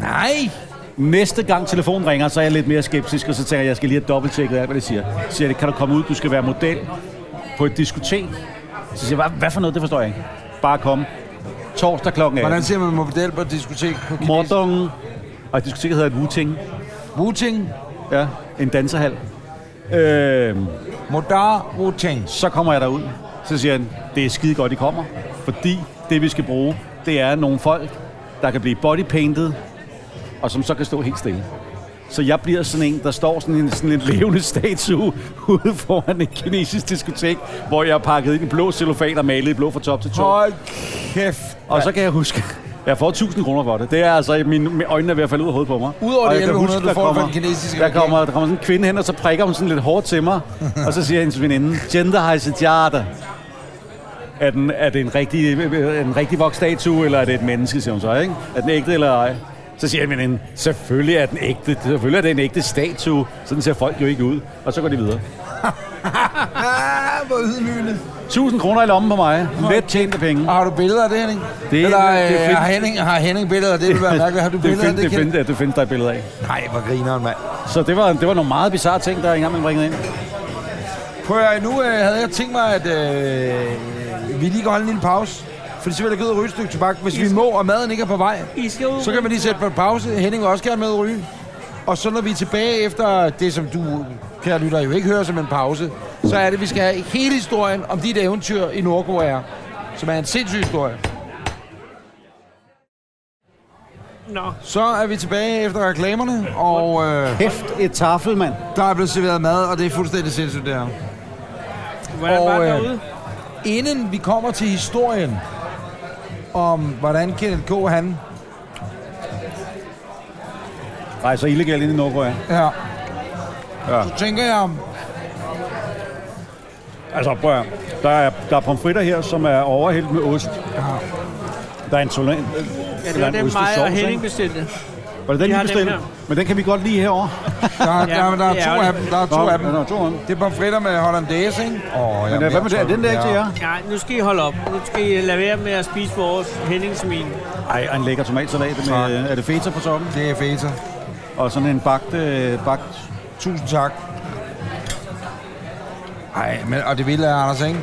A: Nej!
C: Næste gang telefonen ringer, så er jeg lidt mere skeptisk, og så tænker jeg, jeg skal lige have dobbelttjekket alt, hvad det siger. Så siger det, kan du komme ud, du skal være model på et diskotek. Så siger jeg, hvad, hvad for noget, det forstår jeg ikke. Bare kom. Torsdag klokken 18.
A: Hvordan ser man model på et diskotek på kinesisk?
C: Mordong. Og diskoteket hedder et Wu-Ting.
A: Wu-Ting.
C: Ja, en danserhal. Øhm,
A: Modar Wu-Ting.
C: Så kommer jeg derud. Så siger han, det er skide godt, I kommer. Fordi det, vi skal bruge, det er nogle folk, der kan blive bodypainted, og som så kan stå helt stille. Så jeg bliver sådan en, der står sådan en, sådan en levende statue ude foran et kinesisk diskotek, hvor jeg er pakket ind i blå cellofan og malet i blå fra top til to.
A: Hold kæft.
C: Og så kan jeg huske, jeg får 1000 kroner for det. Det er altså, mine, mine øjnene er ved at falde ud af hovedet på mig.
A: Udover
C: Og
A: de
C: jeg kan
A: 1100,
C: huske,
A: du
C: der
A: får fra
C: kommer-
A: den kinesiske
C: der
A: regering.
C: kommer, der kommer sådan en kvinde hen, og så prikker hun sådan lidt hårdt til mig. og så siger hendes veninde, gender har sit hjerte. Er, den, er det en rigtig, en rigtig voksstatue, eller er det et menneske, siger hun så, ikke? Er den ægte eller ej? Så siger min veninde, selvfølgelig er den ægte. Selvfølgelig er det en ægte statue. Sådan ser folk jo ikke ud. Og så går de videre.
A: Ah, hvor ydmygende.
C: 1000 kroner i lommen på mig. Let tjente penge.
A: Og har du billeder af det, Henning?
C: Det er-
A: Eller
C: det er
A: øh,
C: fedt.
A: har, Henning, har Henning billeder af det? Det vil være mærkeligt. Har du
C: det,
A: billeder af
C: find,
A: det?
C: det,
A: Kjeld?
C: find, ja, det findes der et billede af.
A: Nej, hvor grineren, mand.
C: Så det var, det var nogle meget bizarre ting, der engang man bringede ind.
A: Prøv at høre, nu øh, havde jeg tænkt mig, at øh, vi lige kan holde en lille pause. Fordi så vil jeg gå ud og ryge et stykke tobak. Hvis vi må, og maden ikke er på vej,
B: I skal ud.
A: så kan man lige sætte på pause. Henning vil også gerne med at ryge. Og så når vi er tilbage efter det, som du, kære lytter, jo ikke hører som en pause, så er det, at vi skal have hele historien om dit eventyr i Nordkorea, som er en sindssyg historie.
B: Nå.
A: Så er vi tilbage efter reklamerne, og øh,
C: Hæft et tafel, mand.
A: der er blevet serveret mad, og det er fuldstændig sindssygt der.
B: Hvordan
A: Og,
B: var det
A: øh,
B: derude?
A: Inden vi kommer til historien om, hvordan Kenneth K. han
C: Rejser illegalt ind i Nordkorea.
A: Ja. ja. Så tænker jeg,
C: Altså, prøv at høre. der er, der er pomfritter her, som er overhældt med ost. Der er en tolan.
B: Ja, det var dem, mig og Henning bestilte.
C: Var det den,
B: Vi
C: vi
B: har
C: bestilte?
B: dem her.
C: Men den kan vi godt lide herovre.
A: der, er- der, er- der
B: det
A: er
B: er
A: to
B: ærgerligt.
A: af dem. Der er to af dem.
C: Der er to af dem.
A: Det er pomfritter med hollandaise, ikke? Oh,
C: Men øh, hvad med det? Er den der ikke til jer?
B: Nej, nu skal I holde op. Nu skal I lade være med at spise vores Henningsmin.
C: Ej, og en lækker tomatsalat med, øh, er det feta på toppen?
A: Det er feta.
C: Og sådan en bagt, øh, bagt
A: Tusind tak. Ej, men, og det vilde er, Anders, ikke?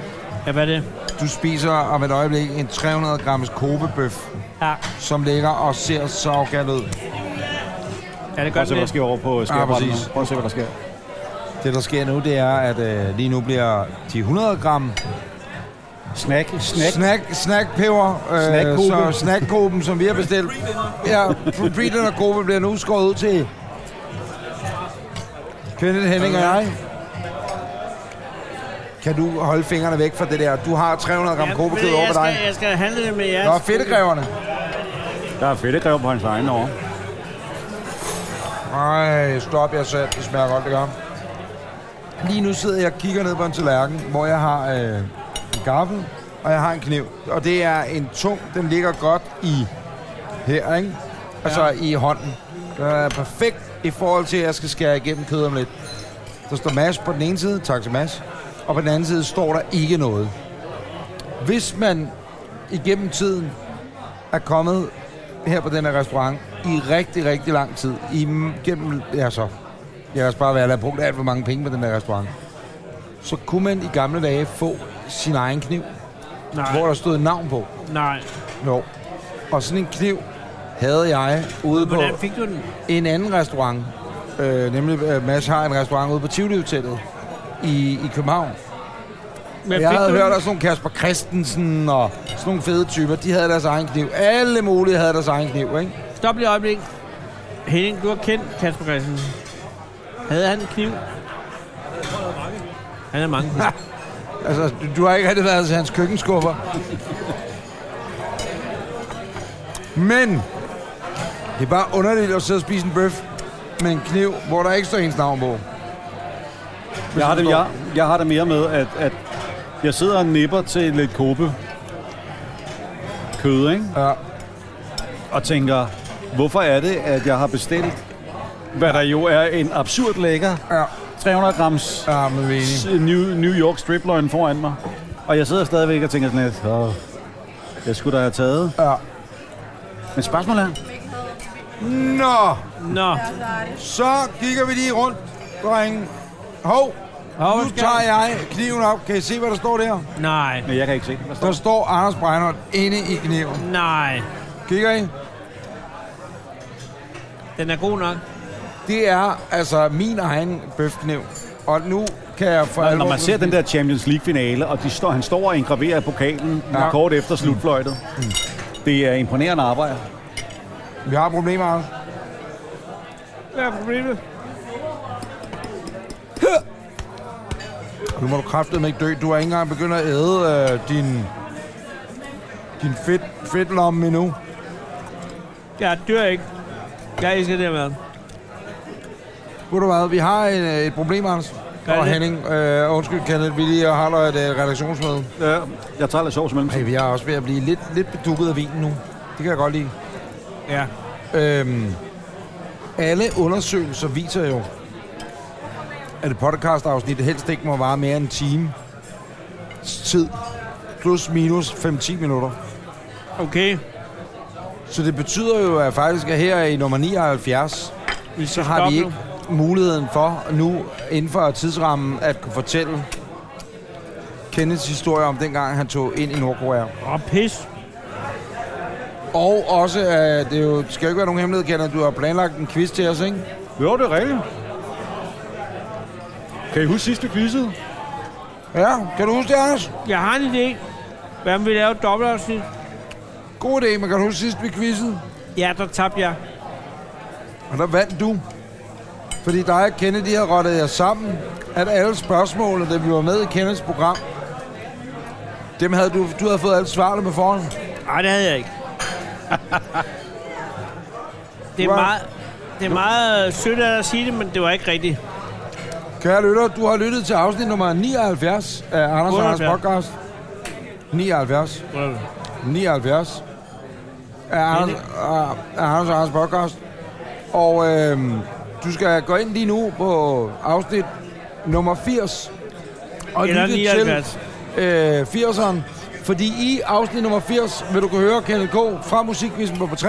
B: Ja, hvad er det?
A: Du spiser om et øjeblik en 300 grams kobebøf,
B: Ja,
A: som ligger og ser så gal ud.
B: ja det
C: Prøv
B: gør
C: at
A: Altså,
C: se, hvad der
B: det.
C: sker over på skærbrænden.
A: præcis.
C: nu. Prøv at se, hvad der sker.
A: Det, der sker nu, det er, at øh, lige nu bliver de 100 gram
C: Snack, snack.
A: Snack, snackpeber, øh,
C: Snackgruppe.
A: så snackgruppen, som vi har bestilt. Ja, pre gruppe bliver nu skåret ud til Kenneth Henning og jeg. Kan du holde fingrene væk fra det der? Du har 300 gram
B: Ja,
A: kobekød
B: ved I,
A: over
B: jeg
A: på dig.
B: skal, jeg skal handle det med jer.
A: Nå, fedtegræverne.
C: Der er fedtegrev på hans egen over.
A: Ej, stop jer selv. Det smager godt, det gør. Lige nu sidder jeg og kigger ned på en tallerken, hvor jeg har øh, en gaffel, og jeg har en kniv. Og det er en tung, den ligger godt i her, ikke? Altså ja. i hånden. Den er perfekt i forhold til, at jeg skal skære igennem kød om lidt. Der står Mads på den ene side, tak til Mads, og på den anden side står der ikke noget. Hvis man igennem tiden er kommet her på den her restaurant i rigtig, rigtig lang tid. I m- gennem, ja så, jeg kan bare være, at jeg har brugt alt for mange penge på den her restaurant. Så kunne man i gamle dage få sin egen kniv,
B: Nej,
A: hvor der stod et navn på.
B: nej.
A: Jo. Og sådan en kniv havde jeg ude på
B: Hvordan fik du den?
A: en anden restaurant. Øh, nemlig, øh, Mads har en restaurant ude på Tivoli Hotellet i, i København.
B: Men
A: Jeg
B: fik
A: havde
B: du-
A: hørt, at sådan nogle Kasper Christensen og sådan nogle fede typer, de havde deres egen kniv. Alle mulige havde deres egen kniv, ikke?
B: Stop lige et øjeblik. Henning, du har kendt Kasper Christensen. Havde han en kniv? Han er mange.
A: Altså, du- du har ikke rigtig været til hans køkkenskuffer. Men, det er bare underligt at sidde og spise en bøf med en kniv, hvor der ikke står ens navn på.
C: Jeg har, det,
A: forstår.
C: jeg, jeg har det mere med, at, at jeg sidder og nipper til lidt kåbe kød, ikke?
A: Ja.
C: og tænker, hvorfor er det, at jeg har bestilt, hvad der jo er en absurd lækker
A: Ja,
C: 300 grams
A: ja men vi er enige.
C: s- New, New York strip loin foran mig. Og jeg sidder stadigvæk og tænker sådan lidt, oh, jeg skulle da have taget.
A: Ja.
C: Men spørgsmålet er,
A: Nå,
B: Nå.
A: så kigger vi lige rundt, drenge. Hov,
B: Hov, hvad
A: nu
B: skal
A: tager jeg kniven op. Kan I se, hvad der står der?
B: Nej.
C: men jeg kan ikke se, hvad
A: Der
C: står.
A: står Anders Breinholt inde i kniven.
B: Nej.
A: Kigger I?
B: Den er god nok.
A: Det er altså min egen bøfkniv. Og nu kan jeg for
C: Når man ser den der Champions League-finale, og de står, han står og engraverer i pokalen
A: Ja.
C: ja. Mm. kort efter slutfløjtet. Det er imponerende arbejde.
A: Vi har problemer, Anders.
B: Hvad er problemet?
A: Nu må du kraftedeme ikke dø. Du er ikke engang begyndt at æde øh, din, din fedt, fedtlomme endnu.
B: Jeg dør ikke. Jeg elsker det her mad.
A: Ved du hvad, vi har øh, et, et problem, Anders.
B: Hvad er
A: Og
B: det?
A: Henning, øh, undskyld Kenneth, vi lige holder et øh, redaktionsmøde.
C: Ja. Jeg tager lidt sovs imellem.
A: Hey, vi er også ved at blive lidt, lidt bedukket af vinen nu. Det kan jeg godt lide.
B: Ja.
A: Øhm, alle undersøgelser viser jo, at et podcast-afsnit helst ikke må vare mere end en time tid. Plus minus 5-10 minutter.
B: Okay.
A: Så det betyder jo at faktisk, at her i nummer 79,
B: Vi
A: så har vi ikke muligheden for nu inden for tidsrammen at kunne fortælle Kenneths historie om dengang, han tog ind i Nordkorea.
B: Åh, oh, pis.
A: Og også, at det jo det skal jo ikke være nogen hemmelighed, Kenneth, du har planlagt en quiz til os, ikke?
C: Jo, det er rigtigt. Kan I huske sidste quizzede?
A: Ja, kan du huske det, Anders?
B: Jeg har en idé. Hvad om vi laver et dobbeltafsnit?
A: God idé, men kan du huske sidst vi quizzede?
B: Ja, der tabte jeg.
A: Og der vandt du. Fordi dig og Kennedy havde rottet jer sammen, at alle spørgsmålene, da vi var med i Kenneths program, dem havde du, du havde fået alle svarene på forhånd.
B: Nej, det havde jeg ikke. det er
A: Hvad?
B: meget, det er meget øh, sødt af dig at sige det, men det var ikke rigtigt.
A: Kære lytter, du har lyttet til afsnit nummer 79 af Anders og Anders
B: 78.
A: podcast. 79. 79. Af Anders, af, af Anders og Anders podcast. Og øhm, du skal gå ind lige nu på afsnit nummer 80. Og
B: Eller
A: lytte
B: 79.
A: til øh, 80'eren. Fordi i afsnit nummer 80 vil du kunne høre Kenneth K. fra Musikvisen på P3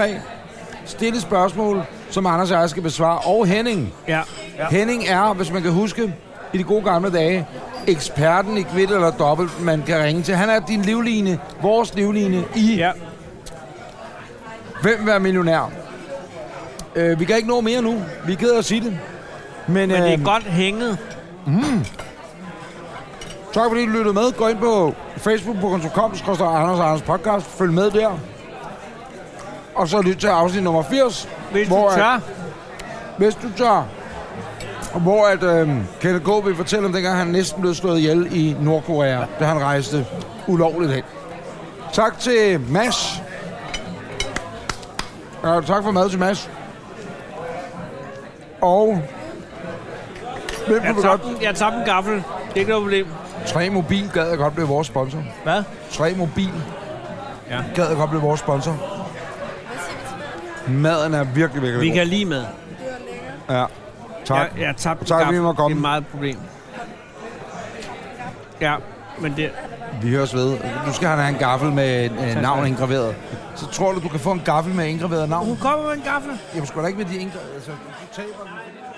A: stille spørgsmål, som Anders og jeg skal besvare. Og Henning,
B: Ja.
C: Ja.
A: Henning er, hvis man kan huske, i de gode gamle dage, eksperten i kvitt eller dobbelt, man kan ringe til. Han er din livline, vores livline i ja.
B: ja.
A: Hvem vil være millionær? Øh, vi kan ikke nå mere nu. Vi gider at sige det. Men,
B: Men det
A: øh,
B: er godt hænget.
A: tak fordi du lyttede med. Gå ind på facebook.com, skrøster Anders og Anders podcast. Følg med der. Og så lyt til afsnit nummer 80.
B: Hvis
A: hvor
B: du
A: at-
B: tør.
A: Hvis du tør. Og Hvor at øh, Kenneth K. vil fortælle om dengang, han næsten blev slået ihjel i Nordkorea, da han rejste ulovligt hen. Tak til Mads. Ja, tak for mad til Mads. Og... Hvem
B: Jeg
A: kunne godt...
B: tabte, en- jeg tabte en gaffel. Det er ikke noget problem.
A: Tre Mobil gad jeg godt blive vores sponsor.
B: Hvad?
A: Tre Mobil
B: Ja.
A: gad jeg godt blive vores sponsor. Maden er virkelig, virkelig
B: Vi
A: god.
B: kan lige med.
A: Ja. Tak.
B: Jeg, jeg tabte en
A: Tak, fordi
B: gaffel.
A: I måtte komme.
B: Det er meget et problem. Ja, men det...
A: Vi høres ved. Nu skal han have en gaffel med øh, navn indgraveret. Så tror du, du kan få en gaffel med indgraveret navn?
B: Hun kommer med en gaffel.
A: Jamen, sgu da ikke med de indgraveret. Altså, du taber den.